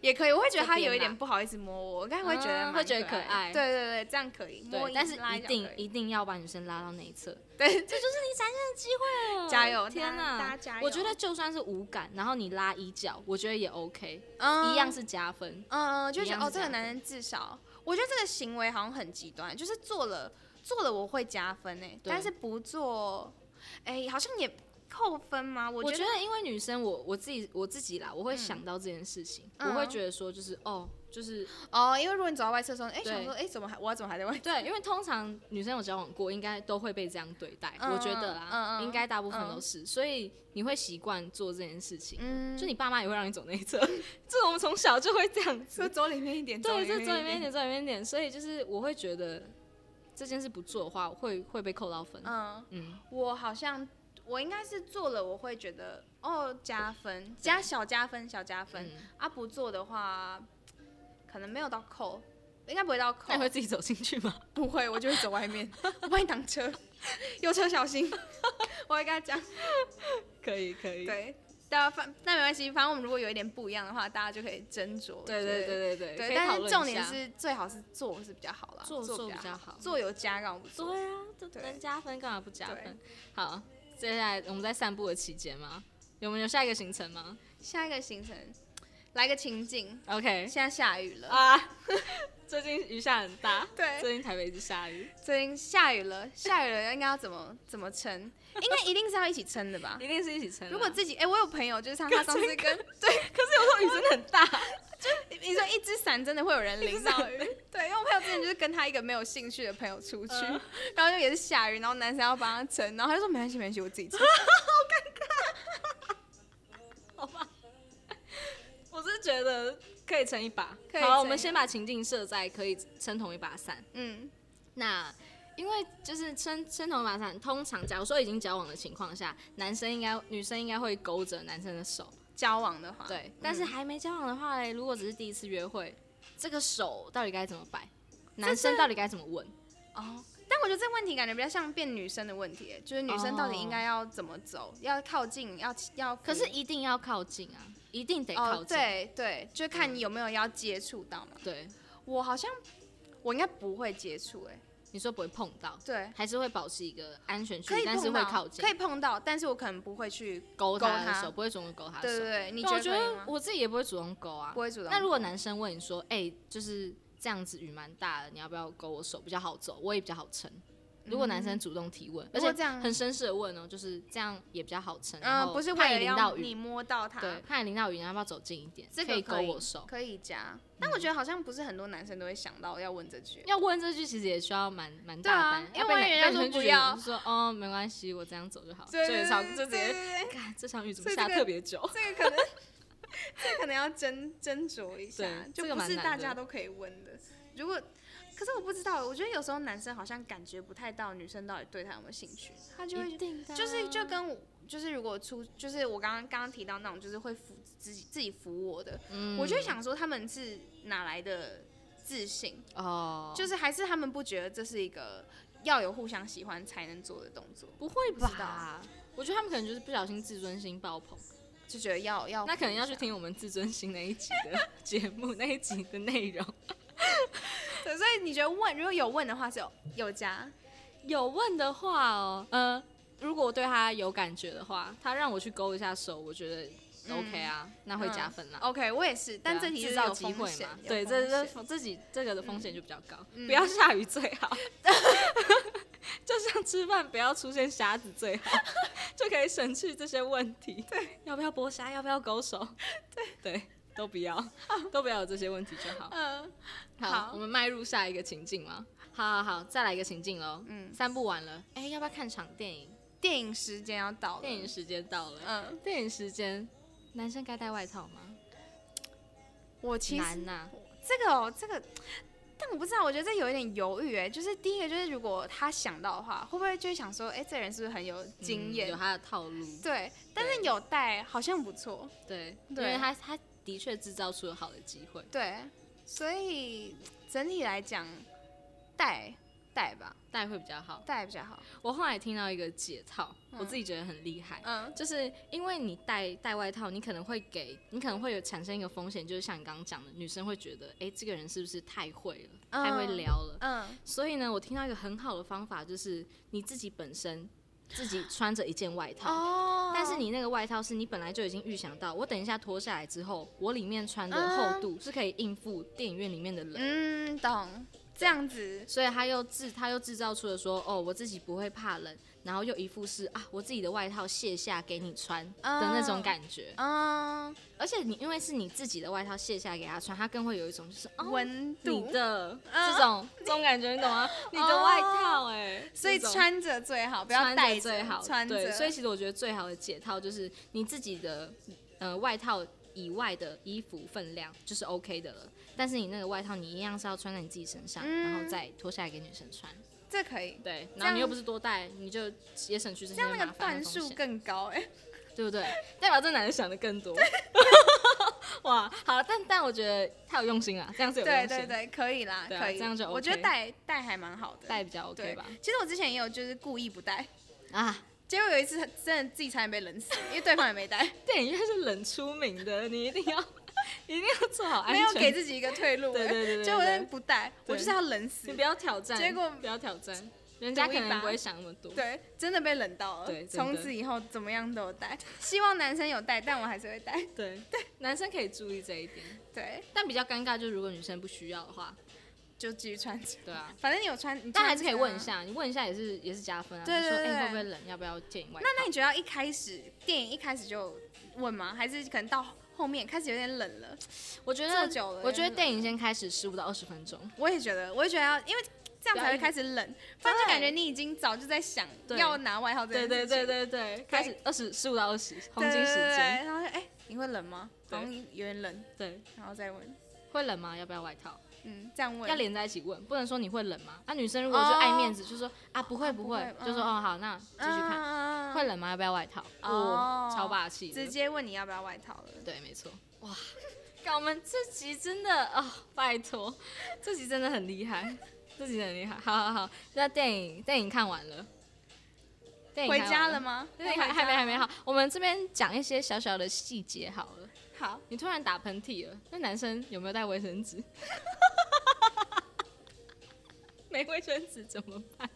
Speaker 2: 也可以，我会觉得他
Speaker 1: 这边
Speaker 2: 有一点
Speaker 1: 啦
Speaker 2: 不好意思摸我，我刚才会觉得、
Speaker 1: 啊嗯会觉得可爱
Speaker 2: 对对对，这样可以摸
Speaker 1: 对，
Speaker 2: 一
Speaker 1: 但是
Speaker 2: 拉
Speaker 1: 一
Speaker 2: 下
Speaker 1: 定
Speaker 2: 可以
Speaker 1: 一定要把女生拉到那一侧，
Speaker 2: 对，
Speaker 1: 这就是你展现的机会了。
Speaker 2: 加油
Speaker 1: 天
Speaker 2: 大家大
Speaker 1: 哪
Speaker 2: 家加！油
Speaker 1: 我觉得就算是无感，然后你拉一角，我觉得也 OK，
Speaker 2: 嗯
Speaker 1: 一样是加分。
Speaker 2: 嗯，就
Speaker 1: 一
Speaker 2: 觉
Speaker 1: 样
Speaker 2: 得哦，
Speaker 1: 是
Speaker 2: 这
Speaker 1: 加
Speaker 2: 个
Speaker 1: 分
Speaker 2: 男人至少，我觉得这个行为好像很极端，就是做了做了我会加分哎，
Speaker 1: 对
Speaker 2: 但是不做，哎、好像也扣分吗？我
Speaker 1: 我
Speaker 2: 觉
Speaker 1: 觉
Speaker 2: 得
Speaker 1: 得，因为女生我，我自己我自己啦，我会想到这件事情，我会
Speaker 2: 嗯
Speaker 1: 觉得说，就是哦，就是
Speaker 2: 哦，因为如果你走到外侧的时候，哎、
Speaker 1: 对
Speaker 2: 想说，哎、怎么还我怎么还在外？
Speaker 1: 对，因为通常女生有交往过，应该都会被这样对待，我觉得啦，
Speaker 2: 嗯嗯
Speaker 1: 应该大部分
Speaker 2: 嗯
Speaker 1: 都是，所以你会习惯做这件事情，
Speaker 2: 嗯，
Speaker 1: 就你爸妈也会让你走那一侧， 这我们从小就会这样子
Speaker 2: 说，走里面一点，
Speaker 1: 对，就
Speaker 2: 就
Speaker 1: 走里面一点，走里面一点，所以就是我会觉得这件事不做的话，会会被扣到分，
Speaker 2: 嗯，
Speaker 1: 嗯，
Speaker 2: 我好像我应该是做了，我会觉得哦加分，加小加分，小加分、
Speaker 1: 嗯
Speaker 2: 啊，不做的话，可能没有到扣，应该不 会到扣
Speaker 1: 那你，会自己走进去 吗？
Speaker 2: 不会，我就会走外面， 我帮你挡车， 有车小心。 我会跟他讲，
Speaker 1: 可以，可以，
Speaker 2: 对，但反那没关系，反正我们如果有一点不一样的话，大家就可以斟酌。
Speaker 1: 对对
Speaker 2: 对
Speaker 1: 对对对，可以
Speaker 2: 但
Speaker 1: 讨
Speaker 2: 是
Speaker 1: 论
Speaker 2: 重
Speaker 1: 一
Speaker 2: 点
Speaker 1: 下
Speaker 2: 是最好是做是比较好啦，
Speaker 1: 做
Speaker 2: 做
Speaker 1: 做
Speaker 2: 比
Speaker 1: 比
Speaker 2: 较
Speaker 1: 较好
Speaker 2: 做有加杠不做。
Speaker 1: 对啊，这
Speaker 2: 对
Speaker 1: 能加分干嘛不加
Speaker 2: 对
Speaker 1: 分？好，接下来我们在散步的期间吗？有没有下一个行程吗
Speaker 2: 下一个行程，来个情境，
Speaker 1: ？OK
Speaker 2: 现在下雨了，
Speaker 1: 啊， 最近雨下很大，
Speaker 2: 对
Speaker 1: 最近台北一直下雨，
Speaker 2: 最近下雨了，下雨了应该要怎么怎么撑？ 应该一定是要一起撑的吧？
Speaker 1: 一定是一起撑啊。
Speaker 2: 如果自己，哎、我有朋友就是像他上次跟
Speaker 1: 可是有时候雨真的很大，
Speaker 2: 你你说一只伞真的会有人淋到雨？对，因为我朋友之前就是跟他一个没有兴趣的朋友出去，
Speaker 1: 嗯
Speaker 2: 然后就也是下雨，然后男生要帮他撑，然后他就说没关系没关系，我自己撑。
Speaker 1: 好吧？我是觉得可以撑一把。
Speaker 2: 可以撑一把
Speaker 1: 好，我们先把情境设在可以撑同一把伞。
Speaker 2: 嗯
Speaker 1: 那因为就是撑撑同一把伞，通常假如说已经交往的情况下，男生应该女生应该会勾着男生的手。
Speaker 2: 交往的话，
Speaker 1: 对
Speaker 2: 嗯，
Speaker 1: 但是还没交往的话嘞，如果只是第一次约会，这个手到底该怎么摆？男生到底该怎么问？
Speaker 2: 哦，但我觉得这个问题感觉比较像变女生的问题，欸就是女生到底应该要怎么走，要靠近，要要扶。
Speaker 1: 可是一定要靠近啊，一定得靠
Speaker 2: 哦，
Speaker 1: 近。
Speaker 2: 对对，就看你有没有要接触到嘛。
Speaker 1: 对
Speaker 2: 嗯我好像我应该不会接触，哎，
Speaker 1: 你说不会碰到，
Speaker 2: 对。
Speaker 1: 还是会保持一个安全区
Speaker 2: 可
Speaker 1: 域
Speaker 2: 以，
Speaker 1: 但是
Speaker 2: 碰
Speaker 1: 会
Speaker 2: 到，
Speaker 1: 靠近，
Speaker 2: 可以碰到，但是我可能不会去。
Speaker 1: 勾
Speaker 2: 勾
Speaker 1: 他的
Speaker 2: 他
Speaker 1: 手，不会主动勾他的
Speaker 2: 对
Speaker 1: 手。
Speaker 2: 对对，你
Speaker 1: 那啊我
Speaker 2: 觉得
Speaker 1: 觉
Speaker 2: 可以吗
Speaker 1: 得？我自己也不会主动勾啊
Speaker 2: 不。会主动。
Speaker 1: 那如果男生问你说，哎、就是这样子雨蛮大的，你要不要勾我手比较好走，我也比较好撑。如果男生主动提问，而
Speaker 2: 嗯如果
Speaker 1: 且
Speaker 2: 这样
Speaker 1: 很绅士的问哦，就是这样也比较好撑。然
Speaker 2: 嗯，
Speaker 1: 后
Speaker 2: 不是
Speaker 1: 怕
Speaker 2: 为
Speaker 1: 你
Speaker 2: 了
Speaker 1: 淋
Speaker 2: 要
Speaker 1: 到
Speaker 2: 你
Speaker 1: 雨，
Speaker 2: 摸到它，
Speaker 1: 对，怕你淋到雨，你要不要走近一点？
Speaker 2: 这个
Speaker 1: 以勾
Speaker 2: 可以
Speaker 1: 我手。
Speaker 2: 可以加。但我觉得好像不是很多男生都会想到要问这句。
Speaker 1: 要问这句其实也需要蛮蛮
Speaker 2: 对啊
Speaker 1: 大胆，
Speaker 2: 因
Speaker 1: 要不然
Speaker 2: 为
Speaker 1: 男
Speaker 2: 人家
Speaker 1: 被
Speaker 2: 说
Speaker 1: 女生
Speaker 2: 不
Speaker 1: 拒绝
Speaker 2: 要
Speaker 1: 你就说哦没关系，我这样走就好，就
Speaker 2: 对
Speaker 1: 也少就直
Speaker 2: 对
Speaker 1: 接，
Speaker 2: 对对
Speaker 1: 看这场雨怎么
Speaker 2: 所以
Speaker 1: 下
Speaker 2: 这个
Speaker 1: 特别久，
Speaker 2: 这个可能这个可能要斟斟酌一下
Speaker 1: 对，
Speaker 2: 就
Speaker 1: 这个
Speaker 2: 不
Speaker 1: 蛮
Speaker 2: 是
Speaker 1: 难
Speaker 2: 大
Speaker 1: 的
Speaker 2: 家都可以问的。如果可是我不知道，我觉得有时候男生好像感觉不太到女生到底对他有没有兴趣，他就会
Speaker 1: 定的啊
Speaker 2: 就是就跟我就是如果出就是我刚刚刚刚提到那种就是会扶自己自己扶我的，
Speaker 1: 嗯
Speaker 2: 我就会想说他们是哪来的自信？
Speaker 1: 哦，
Speaker 2: 就是还是他们不觉得这是一个要有互相喜欢才能做的动作，
Speaker 1: 不会
Speaker 2: 不知道
Speaker 1: 吧？我觉得他们可能就是不小心自尊心爆棚，
Speaker 2: 就觉得要要
Speaker 1: 那可能要去
Speaker 2: 互相。
Speaker 1: 听我们自尊心那一集的节目那一集的内容。
Speaker 2: 对，所以你觉得问如果有问的话是有有加，
Speaker 1: 有问的话哦，呃，如果我对他有感觉的话，他让我去勾一下手，我觉得 OK 啊，那会加分啦。
Speaker 2: 嗯 OK，我也是，但
Speaker 1: 对
Speaker 2: 这
Speaker 1: 啊
Speaker 2: 题
Speaker 1: 制
Speaker 2: 是
Speaker 1: 造
Speaker 2: 有
Speaker 1: 机
Speaker 2: 风
Speaker 1: 会
Speaker 2: 险
Speaker 1: 嘛，
Speaker 2: 有
Speaker 1: 对，
Speaker 2: 风
Speaker 1: 这这
Speaker 2: 险
Speaker 1: 自己这个的风险就比较高，
Speaker 2: 嗯
Speaker 1: 不要下雨最 好，就像吃饭不要出现虾子最好， 就可以省去这些问题。对，要不要剥虾？要不要勾手？ 对对，都不要，都不要有这些问题就好。
Speaker 2: 嗯
Speaker 1: 好，
Speaker 2: 好
Speaker 1: 我们迈入下一个情境吗？好好好，再来一个情境喽。
Speaker 2: 嗯
Speaker 1: 散步完了，哎、要不要看场电影？
Speaker 2: 电影时间要到了，
Speaker 1: 电影时间到了，
Speaker 2: 嗯，
Speaker 1: 电影时间，男生该带外套吗？
Speaker 2: 我其实
Speaker 1: 难呐、
Speaker 2: 这个哦，这个，但我不知道，我觉得这有一点犹豫哎，就是第一个就是如果他想到的话，会不会就会想说，哎，这人是不是很有经
Speaker 1: 嗯
Speaker 2: 验？
Speaker 1: 有他的套路，
Speaker 2: 对，但是有带好像不错，
Speaker 1: 对，因
Speaker 2: 对
Speaker 1: 为他他的确制造出了好的机会，
Speaker 2: 对，所以整体来讲带带吧，
Speaker 1: 带会比较好。
Speaker 2: 带比较好。
Speaker 1: 我后来听到一个解套，
Speaker 2: 嗯
Speaker 1: 我自己觉得很厉害，
Speaker 2: 嗯
Speaker 1: 就是因为你戴戴外套，你可能会给你可能会有产生一个风险，就是像你刚刚讲的，女生会觉得，哎、这个人是不是太会了，
Speaker 2: 嗯
Speaker 1: 太会聊了。
Speaker 2: 嗯，
Speaker 1: 所以呢，我听到一个很好的方法，就是你自己本身自己穿着一件外套。
Speaker 2: 哦
Speaker 1: 但是你那个外套是你本来就已经预想到，我等一下脱下来之后，我里面穿的厚度是可以应付电影院里面的人，
Speaker 2: 嗯懂这样子，
Speaker 1: 所以他又制他又制造出了说，哦，我自己不会怕冷，然后又一副是啊，我自己的外套卸下给你穿的
Speaker 2: 啊
Speaker 1: 那种感觉，
Speaker 2: 嗯，
Speaker 1: 而且你因为是你自己的外套卸下给他穿，他更会有一种就是哦。
Speaker 2: 温
Speaker 1: 你
Speaker 2: 度，
Speaker 1: 的
Speaker 2: 嗯
Speaker 1: 这种这种感觉，你懂 吗？你的外套哎、
Speaker 2: 所以
Speaker 1: 这种
Speaker 2: 穿着最好，不要
Speaker 1: 穿
Speaker 2: 带
Speaker 1: 戴
Speaker 2: 着
Speaker 1: 最好，
Speaker 2: 穿
Speaker 1: 对，
Speaker 2: 着。
Speaker 1: 所以其实我觉得最好的解套就是你自己的呃外套以外的衣服分量就是 OK 的了，但是你那个外套你一样是要穿在你自己身上，
Speaker 2: 嗯
Speaker 1: 然后再脱下来给女生穿，
Speaker 2: 这可以，
Speaker 1: 对，
Speaker 2: 这样
Speaker 1: 然后你又不是多带，你就也省去这些
Speaker 2: 这样
Speaker 1: 麻
Speaker 2: 那个
Speaker 1: 烦
Speaker 2: 段
Speaker 1: 的风
Speaker 2: 数
Speaker 1: 险，
Speaker 2: 更高哎、
Speaker 1: 对不对？ 代表这男的想的更 多。哇，好，但但我觉得他有用心啊，这样是有用
Speaker 2: 对
Speaker 1: 心，
Speaker 2: 对对，可以啦，
Speaker 1: 对啊
Speaker 2: 可以，
Speaker 1: 这样就
Speaker 2: 我觉得
Speaker 1: OK
Speaker 2: 带带还蛮好的，
Speaker 1: 戴比较
Speaker 2: 对
Speaker 1: OK 吧？
Speaker 2: 其实我之前也有就是故意不带，
Speaker 1: 啊，
Speaker 2: 结果有一次真的自己差点被冷死，因为对方也没带，
Speaker 1: 电影院是冷出名的，你一定要 一定要做好安
Speaker 2: 没
Speaker 1: 全
Speaker 2: 有
Speaker 1: 措施
Speaker 2: 给自己一个退路、
Speaker 1: 对
Speaker 2: 哎
Speaker 1: 对对对
Speaker 2: 结果我真的
Speaker 1: 对
Speaker 2: 不带，我
Speaker 1: 对
Speaker 2: 就是要冷死
Speaker 1: 你，不要挑战，
Speaker 2: 结果
Speaker 1: 不要挑战，人家可能不会想那么多。
Speaker 2: 对，真的被冷到了
Speaker 1: 对，真
Speaker 2: 从
Speaker 1: 的
Speaker 2: 此以后怎么样都有带，希望男生有带，但我还是会带，
Speaker 1: 对对，男生可以注意这一点，
Speaker 2: 对，
Speaker 1: 但比较尴尬就是如果女生不需要的话，
Speaker 2: 就继续穿着，
Speaker 1: 对啊，
Speaker 2: 反正你有穿，你
Speaker 1: 但
Speaker 2: 穿
Speaker 1: 还是可以
Speaker 2: 着
Speaker 1: 问一
Speaker 2: 啊。
Speaker 1: 下，你问一下也是也是加分啊。
Speaker 2: 对
Speaker 1: 就说
Speaker 2: 对
Speaker 1: 哎、
Speaker 2: 对
Speaker 1: 会不会冷，要不要建议外
Speaker 2: 那那你觉得要一开始电影一开始就问吗？还是可能到后面开始有点冷了？
Speaker 1: 套？我觉
Speaker 2: 坐
Speaker 1: 得
Speaker 2: 久了，
Speaker 1: 我觉得电影先开始十五到二十分钟，
Speaker 2: 我也觉得，我也觉得要，因为这样才会开始冷，不然就感觉你已经早就在想
Speaker 1: 对
Speaker 2: 要拿外套这件
Speaker 1: 对
Speaker 2: 事
Speaker 1: 对
Speaker 2: 情
Speaker 1: 对对对，开始二十十五到二十黄金
Speaker 2: 对
Speaker 1: 时
Speaker 2: 对对
Speaker 1: 间，
Speaker 2: 然后就哎、你会冷吗？
Speaker 1: 对
Speaker 2: 好像有点冷，
Speaker 1: 对，
Speaker 2: 然后再问，
Speaker 1: 会冷吗？要不要外套？
Speaker 2: 嗯，这样问
Speaker 1: 要连在一起问，不能说你会冷吗？那、啊女生如果就爱面子，就说啊不会不
Speaker 2: 不
Speaker 1: 会，
Speaker 2: 会
Speaker 1: 就说
Speaker 2: 嗯
Speaker 1: 哦好，那继续看。
Speaker 2: 看
Speaker 1: 会冷吗？要不要外套？
Speaker 2: 哦
Speaker 1: 哦，超霸气的！
Speaker 2: 直接问你要不要外套了。
Speaker 1: 对，没错。哇，看我们这集真的啊、拜托，这集真的很厉害，这集真的很厉害。好好好，那电影电影看完了，电影
Speaker 2: 回
Speaker 1: 看完
Speaker 2: 家了？吗？
Speaker 1: 对，
Speaker 2: 那
Speaker 1: 还
Speaker 2: 回
Speaker 1: 还
Speaker 2: 家
Speaker 1: 没还没
Speaker 2: 了
Speaker 1: 好，我啊们这边讲一些小小的细节好了。
Speaker 2: 好，
Speaker 1: 你突然打喷嚏了，那男生有没有带卫生纸？ 没卫生纸怎么办？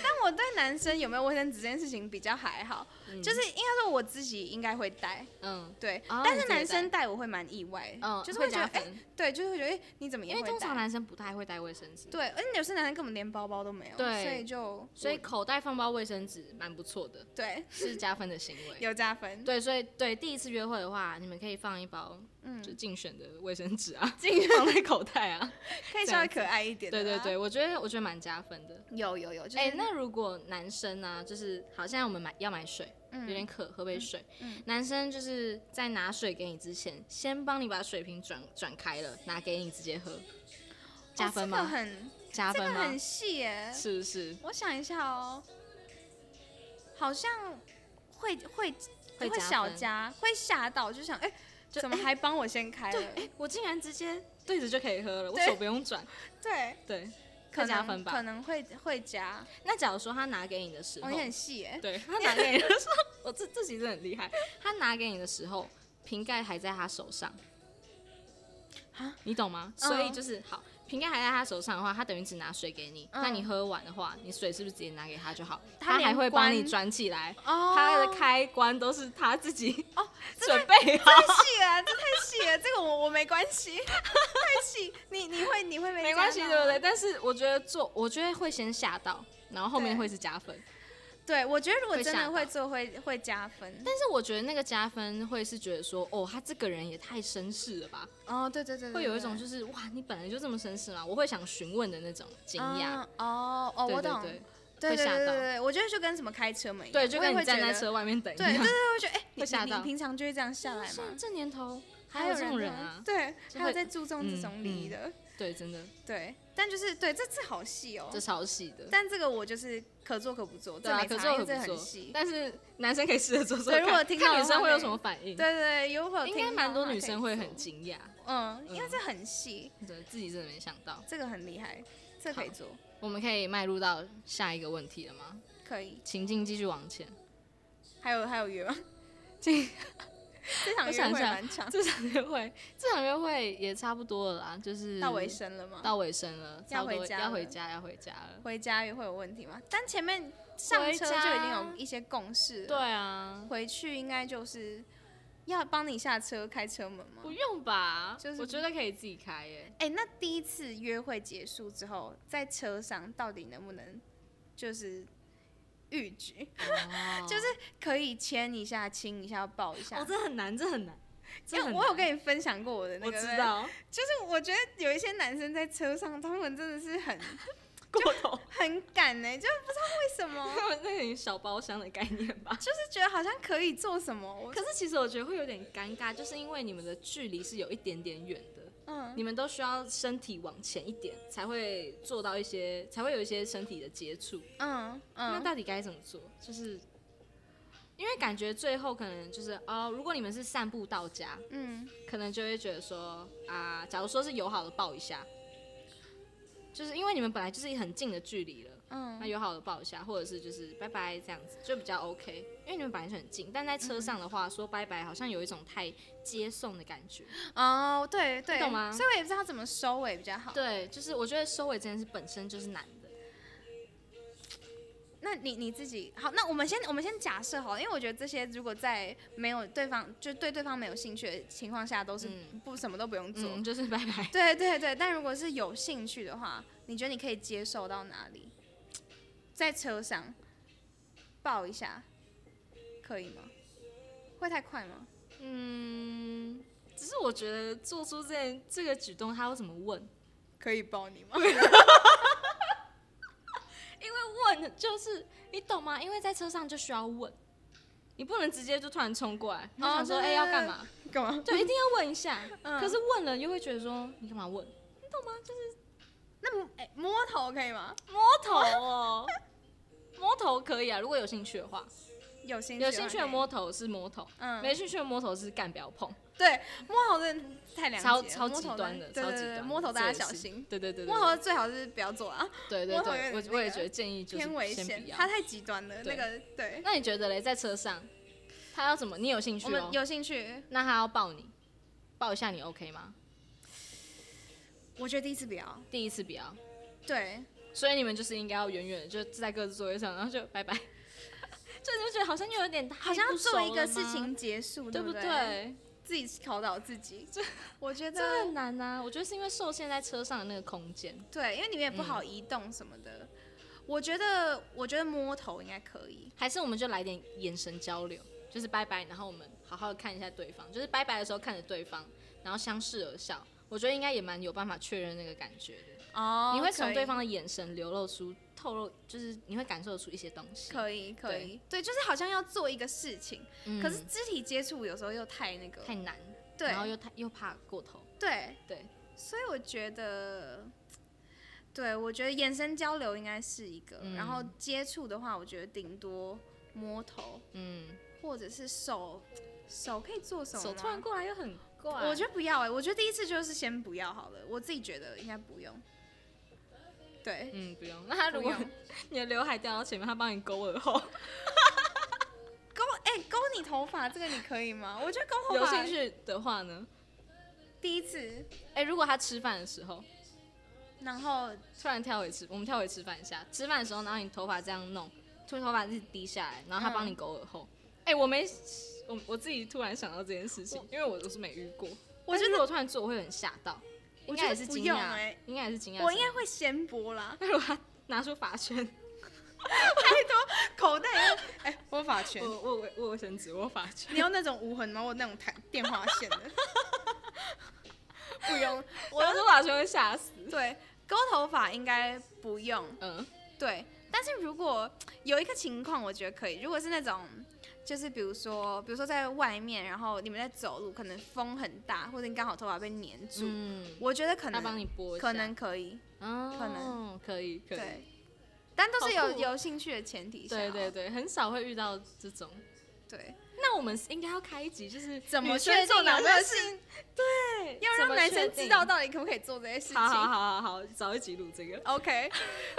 Speaker 2: 但我对男生有没有卫生纸这件事情比较还好，就是应该说我自己应该会带，
Speaker 1: 嗯，
Speaker 2: 对，
Speaker 1: 哦
Speaker 2: 但
Speaker 1: 你
Speaker 2: 是
Speaker 1: 自己
Speaker 2: 男生带我会蛮意外，
Speaker 1: 嗯，
Speaker 2: 就是
Speaker 1: 会
Speaker 2: 觉得
Speaker 1: 加
Speaker 2: 哎、
Speaker 1: 分，
Speaker 2: 对，就是会觉得哎、你怎么也
Speaker 1: 因
Speaker 2: 会
Speaker 1: 为
Speaker 2: 带？
Speaker 1: 通常男生不太会带卫生纸。
Speaker 2: 对，而且有些男生根本连包包都没有，
Speaker 1: 对
Speaker 2: 所以就
Speaker 1: 所以
Speaker 2: 我
Speaker 1: 口袋放包卫生纸蛮不错的，
Speaker 2: 对
Speaker 1: 是加分的行为。
Speaker 2: 有加分，
Speaker 1: 对，所以对第一次约会的话，你们可以放一包
Speaker 2: 嗯，
Speaker 1: 就竞选的卫生纸啊，竞选放在口袋啊。
Speaker 2: 可以
Speaker 1: 这
Speaker 2: 稍微
Speaker 1: 样
Speaker 2: 可爱一点、
Speaker 1: 对啊对，对，我觉得我觉得蛮加分的。
Speaker 2: 有有有，就是、哦
Speaker 1: 哎、那如果男生呢、就是好，现在我们买要买水，
Speaker 2: 嗯
Speaker 1: 有点渴，喝杯水。
Speaker 2: 嗯
Speaker 1: 男生就是在拿水给你之前，先帮你把水瓶转转开了，拿给你直接喝，加分
Speaker 2: 哦哦、这
Speaker 1: 吗？
Speaker 2: 个很
Speaker 1: 加
Speaker 2: 这
Speaker 1: 分
Speaker 2: 个
Speaker 1: 吗
Speaker 2: 很？细耶，
Speaker 1: 是不是
Speaker 2: 我想一下哦，好像会会
Speaker 1: 会加
Speaker 2: 小
Speaker 1: 分
Speaker 2: 加，会吓到，就想哎、
Speaker 1: 就
Speaker 2: 怎么
Speaker 1: 哎
Speaker 2: 还哎帮我先开了？
Speaker 1: 我竟然直接对着就可以喝了，我
Speaker 2: 对
Speaker 1: 手不用转。
Speaker 2: 对，
Speaker 1: 对，
Speaker 2: 可
Speaker 1: 会加
Speaker 2: 能
Speaker 1: 分吧
Speaker 2: 可能会会加，
Speaker 1: 那假如说他拿给你的时候，
Speaker 2: 哦，你很细耶，
Speaker 1: 对他拿给你的时候，我这这其实很厉害。他拿给你的时候，瓶盖还在他手上
Speaker 2: 啊，
Speaker 1: 你懂吗？
Speaker 2: 嗯
Speaker 1: 所以就是好，瓶盖还在他手上的话，他等于只拿水给你。
Speaker 2: 嗯
Speaker 1: 那你喝完的话，你水是不是直接拿给他就好？
Speaker 2: 他
Speaker 1: 他还
Speaker 2: 连
Speaker 1: 会帮你
Speaker 2: 关
Speaker 1: 转起来，
Speaker 2: 哦
Speaker 1: 他的开关都是他自己
Speaker 2: 哦
Speaker 1: 准备好。
Speaker 2: 太细了，这太细了， 这个我我没关系，太细，你你会你会被
Speaker 1: 没关系，
Speaker 2: 加
Speaker 1: 对
Speaker 2: 到
Speaker 1: 不对？？但是我觉得做，我觉得会先吓到，然后后面
Speaker 2: 对
Speaker 1: 会是加分。
Speaker 2: 对，我觉得如果
Speaker 1: 会
Speaker 2: 真
Speaker 1: 吓
Speaker 2: 的
Speaker 1: 到
Speaker 2: 会做会会加分，
Speaker 1: 但是我觉得那个加分会是觉得说，哦，他这个人也太绅士了吧，
Speaker 2: 哦，对对对，对
Speaker 1: 会有一
Speaker 2: 对
Speaker 1: 种就是哇，你本来就这么绅士嘛，我会想询问的那种惊讶。
Speaker 2: 啊哦哦，
Speaker 1: 对
Speaker 2: 我
Speaker 1: 对
Speaker 2: 懂，
Speaker 1: 对，
Speaker 2: 对对
Speaker 1: 会
Speaker 2: 对
Speaker 1: 吓
Speaker 2: 对
Speaker 1: 到
Speaker 2: 对，我觉得就跟什么开车门一样，
Speaker 1: 对，就
Speaker 2: 我也
Speaker 1: 跟
Speaker 2: 会
Speaker 1: 你站
Speaker 2: 觉
Speaker 1: 在
Speaker 2: 得
Speaker 1: 车外面等一
Speaker 2: 对对
Speaker 1: 样。
Speaker 2: 对，我觉得哎，你
Speaker 1: 会吓
Speaker 2: 你
Speaker 1: 到
Speaker 2: 你平常就会这样下来
Speaker 1: 现在
Speaker 2: 吗？
Speaker 1: 这年头啊还有这种人啊？
Speaker 2: 对，
Speaker 1: 就
Speaker 2: 还
Speaker 1: 会
Speaker 2: 有在注重这
Speaker 1: 嗯
Speaker 2: 种礼仪
Speaker 1: 嗯
Speaker 2: 的，
Speaker 1: 对，真的，
Speaker 2: 对，但就是对，这次好细哦
Speaker 1: 这。超细的。
Speaker 2: 但这个我就是可做可不做，
Speaker 1: 对
Speaker 2: 这
Speaker 1: 啊，
Speaker 2: 没
Speaker 1: 可
Speaker 2: 差，
Speaker 1: 是
Speaker 2: 因
Speaker 1: 我
Speaker 2: 为这
Speaker 1: 很不
Speaker 2: 很
Speaker 1: 错
Speaker 2: 细。。
Speaker 1: 但是男生可以试 着做做
Speaker 2: 对
Speaker 1: 看，
Speaker 2: 如果听到
Speaker 1: 看
Speaker 2: 的
Speaker 1: 女生
Speaker 2: 话
Speaker 1: 会有
Speaker 2: 可以
Speaker 1: 什么反应
Speaker 2: 对？对对，如果有
Speaker 1: 应
Speaker 2: 听
Speaker 1: 该
Speaker 2: 到
Speaker 1: 蛮
Speaker 2: 的
Speaker 1: 多
Speaker 2: 话
Speaker 1: 女
Speaker 2: 可
Speaker 1: 生
Speaker 2: 以
Speaker 1: 会
Speaker 2: 做
Speaker 1: 很惊讶，
Speaker 2: 嗯，因为
Speaker 1: 嗯
Speaker 2: 这很细，
Speaker 1: 对，自己真的没想到。
Speaker 2: 这个很厉害，这可以做。
Speaker 1: 我们可以迈入到下一个问题了吗？
Speaker 2: 可以。
Speaker 1: 情境继续往前。
Speaker 2: 还有还有约吗？
Speaker 1: 这
Speaker 2: 这场
Speaker 1: 我
Speaker 2: 啊约
Speaker 1: 想一
Speaker 2: 会
Speaker 1: 下
Speaker 2: 蛮长，
Speaker 1: 这场约会，这场约会也差不多了啦，就是
Speaker 2: 到尾声了吗？
Speaker 1: 到尾声了，
Speaker 2: 要
Speaker 1: 差不多
Speaker 2: 回家
Speaker 1: 要
Speaker 2: 了
Speaker 1: 回家，要回家了。
Speaker 2: 回家也会有问题吗？但前面上
Speaker 1: 回
Speaker 2: 车
Speaker 1: 家
Speaker 2: 就已经有一些共识了
Speaker 1: 对啊，
Speaker 2: 回去应该就是要帮你下车开车门吗
Speaker 1: 不？用吧？
Speaker 2: 就是
Speaker 1: 我觉得可以自己开耶。
Speaker 2: 哎、那第一次约会结束之后，在车上到底能不能就是逾矩？哦
Speaker 1: 就是
Speaker 2: 可以牵一下、亲一下、抱一下。
Speaker 1: 哦，这很难，这很难，这
Speaker 2: 啊因为
Speaker 1: 很
Speaker 2: 我有
Speaker 1: 难
Speaker 2: 跟你分享过我的那
Speaker 1: 我
Speaker 2: 个，
Speaker 1: 知道
Speaker 2: 就是我觉得有一些男生在车上，他们真的是很
Speaker 1: 过头，
Speaker 2: 很敢呢、就不知道为什么，
Speaker 1: 那个有小包厢的概念吧。
Speaker 2: 就是觉得好像可以做什么。我
Speaker 1: 可是其实我觉得会有点尴尬，就是因为你们的距离是有一点点远的，
Speaker 2: 嗯，
Speaker 1: 你们都需要身体往前一点，才会做到一些，才会有一些身体的接触。
Speaker 2: 嗯
Speaker 1: 那
Speaker 2: 嗯，
Speaker 1: 到底该怎么做？就是因为感觉最后可能就是哦，如果你们是散步到家，
Speaker 2: 嗯，
Speaker 1: 可能就会觉得说啊，假如说是友好的抱一下，就是因为你们本来就是很近的距离了。
Speaker 2: 嗯
Speaker 1: 那友好的抱一下，或者是就是拜拜这样子就比较 OK，因为你们本来就很近，但在车上的话、说拜拜好像有一种太接送的感觉。
Speaker 2: 哦，对对，
Speaker 1: 懂吗
Speaker 2: 所以我也不知道怎么收尾比较好。
Speaker 1: 对，就是我觉得收尾这件事本身就是难的。
Speaker 2: 那你你自己好，那我们先我们先假设好了，因为我觉得这些如果在没有对方就对对方没有兴趣的情况下，都是
Speaker 1: 嗯
Speaker 2: 不、什么都不用做。
Speaker 1: 嗯， 就是拜拜。
Speaker 2: 对对对，但如果是有兴趣的话，你觉得你可以接受到哪里？在车上抱一下，可以吗？会太快吗？
Speaker 1: 嗯，只是我觉得做出这件这个举动，他要怎么问？
Speaker 2: 可以抱你吗？
Speaker 1: 因为问就是你懂吗？因为在车上就需要问，你不能直接就突然冲过来，然后想说
Speaker 2: 对
Speaker 1: 哎、
Speaker 2: 对
Speaker 1: 要
Speaker 2: 对
Speaker 1: 干嘛？
Speaker 2: 干嘛？
Speaker 1: 就一定要问一下。
Speaker 2: 嗯
Speaker 1: 可是问了又会觉得说你干嘛问？
Speaker 2: 哎、摸头可以吗？
Speaker 1: 摸头哦， 摸头可以啊，如果有兴趣的话，
Speaker 2: 有兴趣
Speaker 1: 有
Speaker 2: 有
Speaker 1: 兴趣的，摸头是摸头，
Speaker 2: 嗯，
Speaker 1: 没兴趣的摸头是干不要碰，
Speaker 2: 对，摸头真的太两
Speaker 1: 超
Speaker 2: 极了
Speaker 1: 超
Speaker 2: 摸
Speaker 1: 极
Speaker 2: 头
Speaker 1: 端的，
Speaker 2: 对
Speaker 1: 超
Speaker 2: 对
Speaker 1: 极
Speaker 2: 对
Speaker 1: 端
Speaker 2: 对，
Speaker 1: 的。
Speaker 2: 摸头大家
Speaker 1: 这也
Speaker 2: 小
Speaker 1: 是
Speaker 2: 心。，
Speaker 1: 对对对，对
Speaker 2: 摸头最好是不要做啊，
Speaker 1: 对对
Speaker 2: 摸头有点
Speaker 1: 对，我我也
Speaker 2: 那个
Speaker 1: 觉得建议就是
Speaker 2: 偏危
Speaker 1: 先
Speaker 2: 险
Speaker 1: 不，要
Speaker 2: 它。太极端了。
Speaker 1: 对
Speaker 2: 那个对，
Speaker 1: 那你觉得嘞，在车上他要怎么？你有兴
Speaker 2: 我
Speaker 1: 趣哦
Speaker 2: 们？有兴趣，
Speaker 1: 那他要抱你，抱一下你 OK 吗？
Speaker 2: 我觉得第一次不要。
Speaker 1: 第一次不要，
Speaker 2: 对，
Speaker 1: 所以你们就是应该要远远的，就在各自座位上，然后就拜拜。 就你就觉得好像又有点太
Speaker 2: 好像要
Speaker 1: 不熟
Speaker 2: 做一个
Speaker 1: 了
Speaker 2: 事
Speaker 1: 吗，
Speaker 2: 情结束，
Speaker 1: 对
Speaker 2: 不
Speaker 1: 不？对？
Speaker 2: 自己考倒自己， 我觉
Speaker 1: 这
Speaker 2: 得
Speaker 1: 很难啊！我觉得是因为受限在车上的那个空间。
Speaker 2: 对，因为你们也
Speaker 1: 嗯
Speaker 2: 不好移动什么的。我觉得，我觉得摸头应该可以。
Speaker 1: 还是我们就来点眼神交流，就是拜拜，然后我们好好地看一下对方，就是拜拜的时候看着对方，然后相视而笑。我觉得应该也蛮有办法确认那个感觉的。
Speaker 2: 哦
Speaker 1: 你会从对方的眼神流露出、透露，就是你会感受出一些东西。
Speaker 2: 可以可以，对，就是好像要做一个事情，
Speaker 1: 嗯
Speaker 2: 可是肢体接触有时候又太那个，
Speaker 1: 太难，
Speaker 2: 对
Speaker 1: 然后又太又怕过头，
Speaker 2: 对，
Speaker 1: 对，
Speaker 2: 所以我觉得，对我觉得眼神交流应该是一个，
Speaker 1: 嗯
Speaker 2: 然后接触的话，我觉得顶多摸头
Speaker 1: 嗯，
Speaker 2: 或者是手，手可以做什么吗？
Speaker 1: 手突然过来又很怪。
Speaker 2: 我觉得不要哎、我觉得第一次就是先不要好了，我自己觉得应该不用。对，
Speaker 1: 嗯，不用。那他如
Speaker 2: 不
Speaker 1: 果
Speaker 2: 用
Speaker 1: 你的刘海掉到前面，他帮你勾耳 后，
Speaker 2: 勾哎、勾你头发这个你可以 吗？我觉得勾头
Speaker 1: 有
Speaker 2: 发
Speaker 1: 兴趣的话呢？
Speaker 2: 第一次，
Speaker 1: 哎、如果他吃饭的时候，
Speaker 2: 然后
Speaker 1: 突然跳回吃，我们跳回吃饭一下。吃饭的时候，然后你头发这样弄，突然头发一直低下来，然后他帮你勾耳后。
Speaker 2: 嗯
Speaker 1: 哎、我没，我我自己突然想到这件事情，因为我我是没遇过。
Speaker 2: 我
Speaker 1: 觉
Speaker 2: 觉
Speaker 1: 得如
Speaker 2: 得
Speaker 1: 果突然做，我会很吓到，
Speaker 2: 我
Speaker 1: 应
Speaker 2: 觉
Speaker 1: 该也
Speaker 2: 得
Speaker 1: 是
Speaker 2: 不
Speaker 1: 惊
Speaker 2: 用
Speaker 1: 讶，
Speaker 2: 哎、
Speaker 1: 应该也是惊讶。
Speaker 2: 我应该，会先拨啦，
Speaker 1: 那如果他拿出发圈，
Speaker 2: 口袋要 哎、拨发圈
Speaker 1: 我我我我有绳子，我有发圈，
Speaker 2: 你用那种无痕吗？我有那种弹电话线的，不用。 我
Speaker 1: 拿出发圈会吓死。
Speaker 2: 对勾头发应该不用，
Speaker 1: 嗯，
Speaker 2: 对。但是如果有一个情况，我觉得可以。如果是那种，就是比如说，比如说在外面，然后你们在走路，可能风很大，或者你刚好头发被粘住，
Speaker 1: 嗯，
Speaker 2: 我觉得可
Speaker 1: 他帮
Speaker 2: 能
Speaker 1: 你拨一下，
Speaker 2: 可能可以，
Speaker 1: 哦，
Speaker 2: 可能
Speaker 1: 可以可以。
Speaker 2: 对。但都是
Speaker 1: 好
Speaker 2: 有
Speaker 1: 酷哦
Speaker 2: 有兴趣的前提下
Speaker 1: 对
Speaker 2: 哦，
Speaker 1: 对对，很少会遇到这种，
Speaker 2: 对
Speaker 1: 那我们应该要开一集，就是
Speaker 2: 怎么
Speaker 1: 女生
Speaker 2: 确定
Speaker 1: 做哪
Speaker 2: 有没有
Speaker 1: 些
Speaker 2: 性
Speaker 1: 事？对，
Speaker 2: 要
Speaker 1: 怎
Speaker 2: 让
Speaker 1: 么
Speaker 2: 男
Speaker 1: 确
Speaker 2: 生知
Speaker 1: 定
Speaker 2: 道。到底可不可以做这些事情。
Speaker 1: 好好好好好，早一集录这个。
Speaker 2: OK，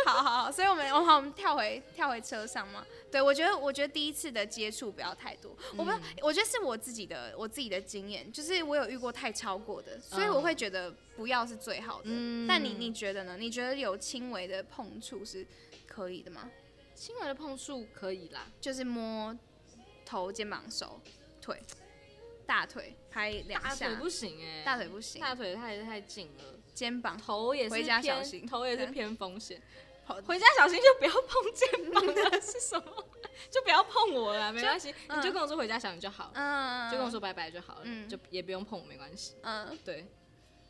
Speaker 2: 好 好好，所以我们我哦好，我们跳回跳回车上嘛。对，我觉得我觉得第一次的接触不要太多，
Speaker 1: 嗯
Speaker 2: 我不知道，我觉得是我自己的我自己的经验，就是我有遇过太超过的，所以我会觉得不要是最好的。
Speaker 1: 嗯
Speaker 2: 但你你觉得呢？你觉得有轻微的碰触是可以的吗？
Speaker 1: 轻微的碰触可以啦，
Speaker 2: 就是摸头、肩膀、手、腿、大腿拍两
Speaker 1: 大
Speaker 2: 下
Speaker 1: 腿，不行哎、
Speaker 2: 大腿不行，
Speaker 1: 大腿太太近了，
Speaker 2: 肩膀
Speaker 1: 头也是
Speaker 2: 回
Speaker 1: 偏
Speaker 2: 家小心
Speaker 1: 头也是
Speaker 2: 嗯
Speaker 1: 偏风险。
Speaker 2: 跑
Speaker 1: 回家小心就不要碰肩膀了，是什么？就不要碰我了，没关系，
Speaker 2: 嗯
Speaker 1: 你就跟我说回家小心就好，
Speaker 2: 嗯，
Speaker 1: 就跟我说拜拜就好了，
Speaker 2: 嗯
Speaker 1: 就也不用碰我没关系。
Speaker 2: 嗯，
Speaker 1: 对，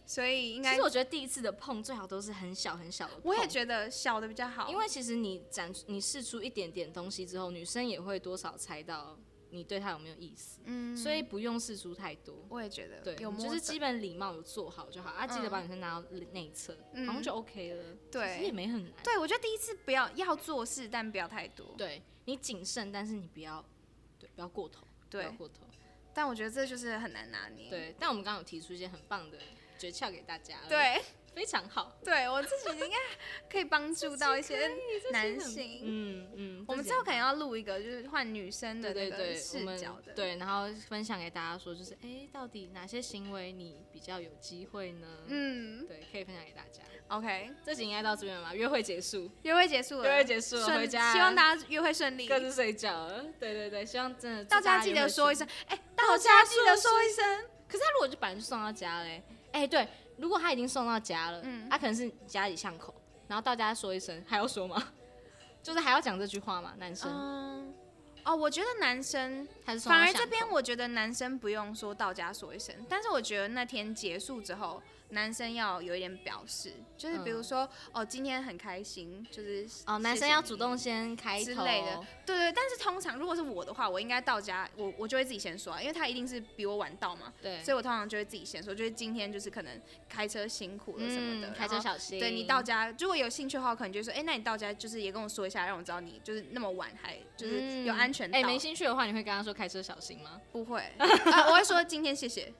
Speaker 2: 所以应
Speaker 1: 其
Speaker 2: 该
Speaker 1: 实我觉得第一次的碰最好都是很小很小的碰，
Speaker 2: 我也觉得小的比较好，
Speaker 1: 因为其实你展你试出一点点东西之后，女生也会多少猜到你对她有没有意思，
Speaker 2: 嗯，
Speaker 1: 所以不用试出太多。
Speaker 2: 我也觉得
Speaker 1: 对，
Speaker 2: 有摸
Speaker 1: 就是
Speaker 2: 的
Speaker 1: 基本礼貌有做好就好啊，记得
Speaker 2: 嗯
Speaker 1: 把女生拿到内侧，
Speaker 2: 嗯
Speaker 1: 好像就 OK 了。
Speaker 2: 对
Speaker 1: 其实也没很难。
Speaker 2: 对我觉得第一次不要要做事，但不要太多。
Speaker 1: 对你谨慎，但是你不要，对，不要过头，不要
Speaker 2: 对，
Speaker 1: 过头。
Speaker 2: 但我觉得这就是很难拿捏。
Speaker 1: 对，但我们刚刚有提出一些很棒的诀窍给大家，，
Speaker 2: 对
Speaker 1: 非常好。
Speaker 2: 对，我自己应该可以帮助到一些男性。
Speaker 1: 嗯嗯，
Speaker 2: 我们之后可能要录一个，就是换女生
Speaker 1: 对
Speaker 2: 的
Speaker 1: 对
Speaker 2: 那
Speaker 1: 对
Speaker 2: 个，
Speaker 1: 我
Speaker 2: 视角的。
Speaker 1: 们对，然后分享给大家说，就是哎、到底哪些行为你比较有机会呢？
Speaker 2: 嗯
Speaker 1: 对，可以分享给大家。
Speaker 2: ，OK，
Speaker 1: 这集应该到这边了吧？约会结束，
Speaker 2: 约会结束了，
Speaker 1: 约会结束了，
Speaker 2: 顺
Speaker 1: 回家，
Speaker 2: 希望大家约会顺利。
Speaker 1: 各自睡觉了。对对对，希望真的
Speaker 2: 到
Speaker 1: 祝大
Speaker 2: 家记
Speaker 1: 约
Speaker 2: 得
Speaker 1: 会
Speaker 2: 说一
Speaker 1: 顺
Speaker 2: 声
Speaker 1: 利。，
Speaker 2: 哎，
Speaker 1: 到
Speaker 2: 到
Speaker 1: 家
Speaker 2: 家
Speaker 1: 记
Speaker 2: 记
Speaker 1: 得
Speaker 2: 得
Speaker 1: 说
Speaker 2: 说
Speaker 1: 一
Speaker 2: 一声。
Speaker 1: 可是他如果就本来就送到家嘞，哎、对，如果他已经送到家了，嗯，
Speaker 2: 嗯
Speaker 1: 他、可能是家里巷口，然后到家说一声，还要说吗？ 就是还要讲这句话吗？男生、
Speaker 2: 嗯，哦，我觉得男生
Speaker 1: 还是送到
Speaker 2: 反而
Speaker 1: 巷
Speaker 2: 这边
Speaker 1: 口
Speaker 2: 我觉得男生不用说到家说一声，但是我觉得那天结束之后，男生要有一点表示，就是比如说、哦，今天很开心，就是
Speaker 1: 嗯哦，男
Speaker 2: 谢
Speaker 1: 生
Speaker 2: 谢
Speaker 1: 要
Speaker 2: 你
Speaker 1: 主动先开
Speaker 2: 之
Speaker 1: 头
Speaker 2: 类的，对对。但是通常如果是我的话，我应该到家，我我就会自己先说、啊，因为他一定是比我晚到嘛，
Speaker 1: 对，
Speaker 2: 所以我通常就会自己先说，就是今天就是可能开车辛苦了什么的，
Speaker 1: 嗯，开车
Speaker 2: 然后
Speaker 1: 小心，
Speaker 2: 对你到家，如果有兴趣的话，我可能就说，哎、那你到家就是也跟我说一下，让我知道你就是那么晚还就是有
Speaker 1: 嗯
Speaker 2: 安全到。
Speaker 1: 哎、没兴趣的话，你会跟他说开车小心吗？
Speaker 2: 不会， 啊我会说今天谢 谢。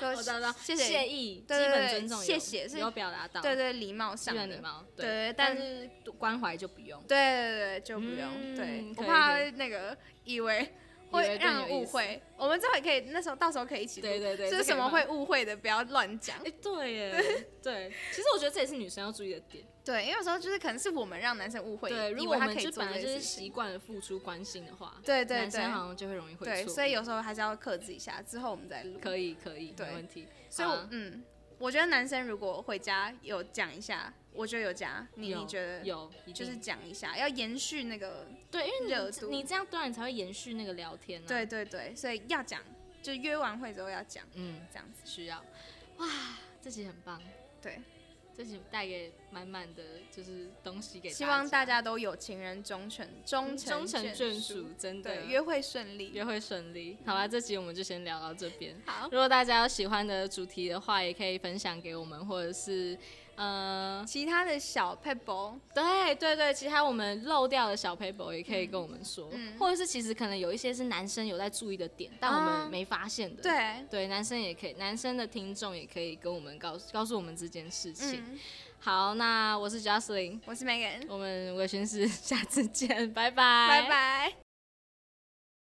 Speaker 2: 说
Speaker 1: 我知道知道，
Speaker 2: 呃谢谢
Speaker 1: 谢意，
Speaker 2: 对对
Speaker 1: 基本
Speaker 2: 对
Speaker 1: 尊重有，
Speaker 2: 谢谢是
Speaker 1: 有表达到，
Speaker 2: 对对，礼貌
Speaker 1: 基
Speaker 2: 上的
Speaker 1: 本礼貌，
Speaker 2: 对
Speaker 1: 对，
Speaker 2: 对，
Speaker 1: 但
Speaker 2: 但是
Speaker 1: 是关怀就不用。
Speaker 2: 对对对，就不用。
Speaker 1: 嗯
Speaker 2: 对，
Speaker 1: 可
Speaker 2: 我
Speaker 1: 以
Speaker 2: 怕
Speaker 1: 可
Speaker 2: 那个以为
Speaker 1: 以为
Speaker 2: 会
Speaker 1: 对你有
Speaker 2: 让人
Speaker 1: 意
Speaker 2: 误
Speaker 1: 思
Speaker 2: 会。我们之后也可以，那时候到时候可以一起录。
Speaker 1: 对对对，
Speaker 2: 就
Speaker 1: 这
Speaker 2: 是
Speaker 1: 可以
Speaker 2: 什么
Speaker 1: 吗
Speaker 2: 会误会的，不要乱讲
Speaker 1: 哎、。对 耶，对，其实我觉得这也是女生要注意的点。
Speaker 2: 对，因为有时候就是可能是我们让男生误会，
Speaker 1: 对，
Speaker 2: 以
Speaker 1: 如
Speaker 2: 为
Speaker 1: 果我
Speaker 2: 他
Speaker 1: 们
Speaker 2: 可以
Speaker 1: 就
Speaker 2: 做
Speaker 1: 本来
Speaker 2: 这
Speaker 1: 就
Speaker 2: 件
Speaker 1: 是
Speaker 2: 事
Speaker 1: 习
Speaker 2: 情。
Speaker 1: 惯了付出关心的话，
Speaker 2: 对对
Speaker 1: 男生
Speaker 2: 对
Speaker 1: 好像就会容易会
Speaker 2: 对，
Speaker 1: 错。
Speaker 2: 所以有时候还是要克制一下，之后我们再录。
Speaker 1: 可以可以，
Speaker 2: 对
Speaker 1: 没问题。
Speaker 2: 所以
Speaker 1: 好
Speaker 2: 我
Speaker 1: 啊
Speaker 2: 嗯，我觉得男生如果回家有讲一下，我觉得有加。你
Speaker 1: 有
Speaker 2: 你觉得？
Speaker 1: 有，一定
Speaker 2: 就是讲一下，要延续那个，
Speaker 1: 对，因为
Speaker 2: 热
Speaker 1: 你
Speaker 2: 度
Speaker 1: 你这样对啊，你才会延续那个聊天啊。
Speaker 2: 对，对对，所以要讲，就是约完会之后要讲，
Speaker 1: 嗯，
Speaker 2: 这样子，
Speaker 1: 需要。哇，这集很棒，
Speaker 2: 对，
Speaker 1: 这集带给满满的就是东西给
Speaker 2: 希望大
Speaker 1: 大嗯
Speaker 2: 家都有情人终成终成
Speaker 1: 终成眷
Speaker 2: 属
Speaker 1: 属，，真的
Speaker 2: 对，约会顺利，
Speaker 1: 约会顺利。好啦，这集我们就先聊到这边。
Speaker 2: 好，
Speaker 1: 如果大家有喜欢的主题的话，也可以分享给我们，或者是呃，
Speaker 2: 其他的小 pebble，
Speaker 1: 对对对，其他我们漏掉的小 paper 也可以跟我们说，
Speaker 2: 嗯嗯
Speaker 1: 或者是其实可能有一些是男生有在注意的点，但我
Speaker 2: 啊
Speaker 1: 们没发现的。
Speaker 2: 对，
Speaker 1: 对，男生也可以，男生的听众也可以跟我们告诉告诉我们这件事情。
Speaker 2: 嗯，
Speaker 1: 好，那我是 Jocelyn，
Speaker 2: 我是 Megan，
Speaker 1: 我们微醺室下次见，拜
Speaker 2: 拜拜。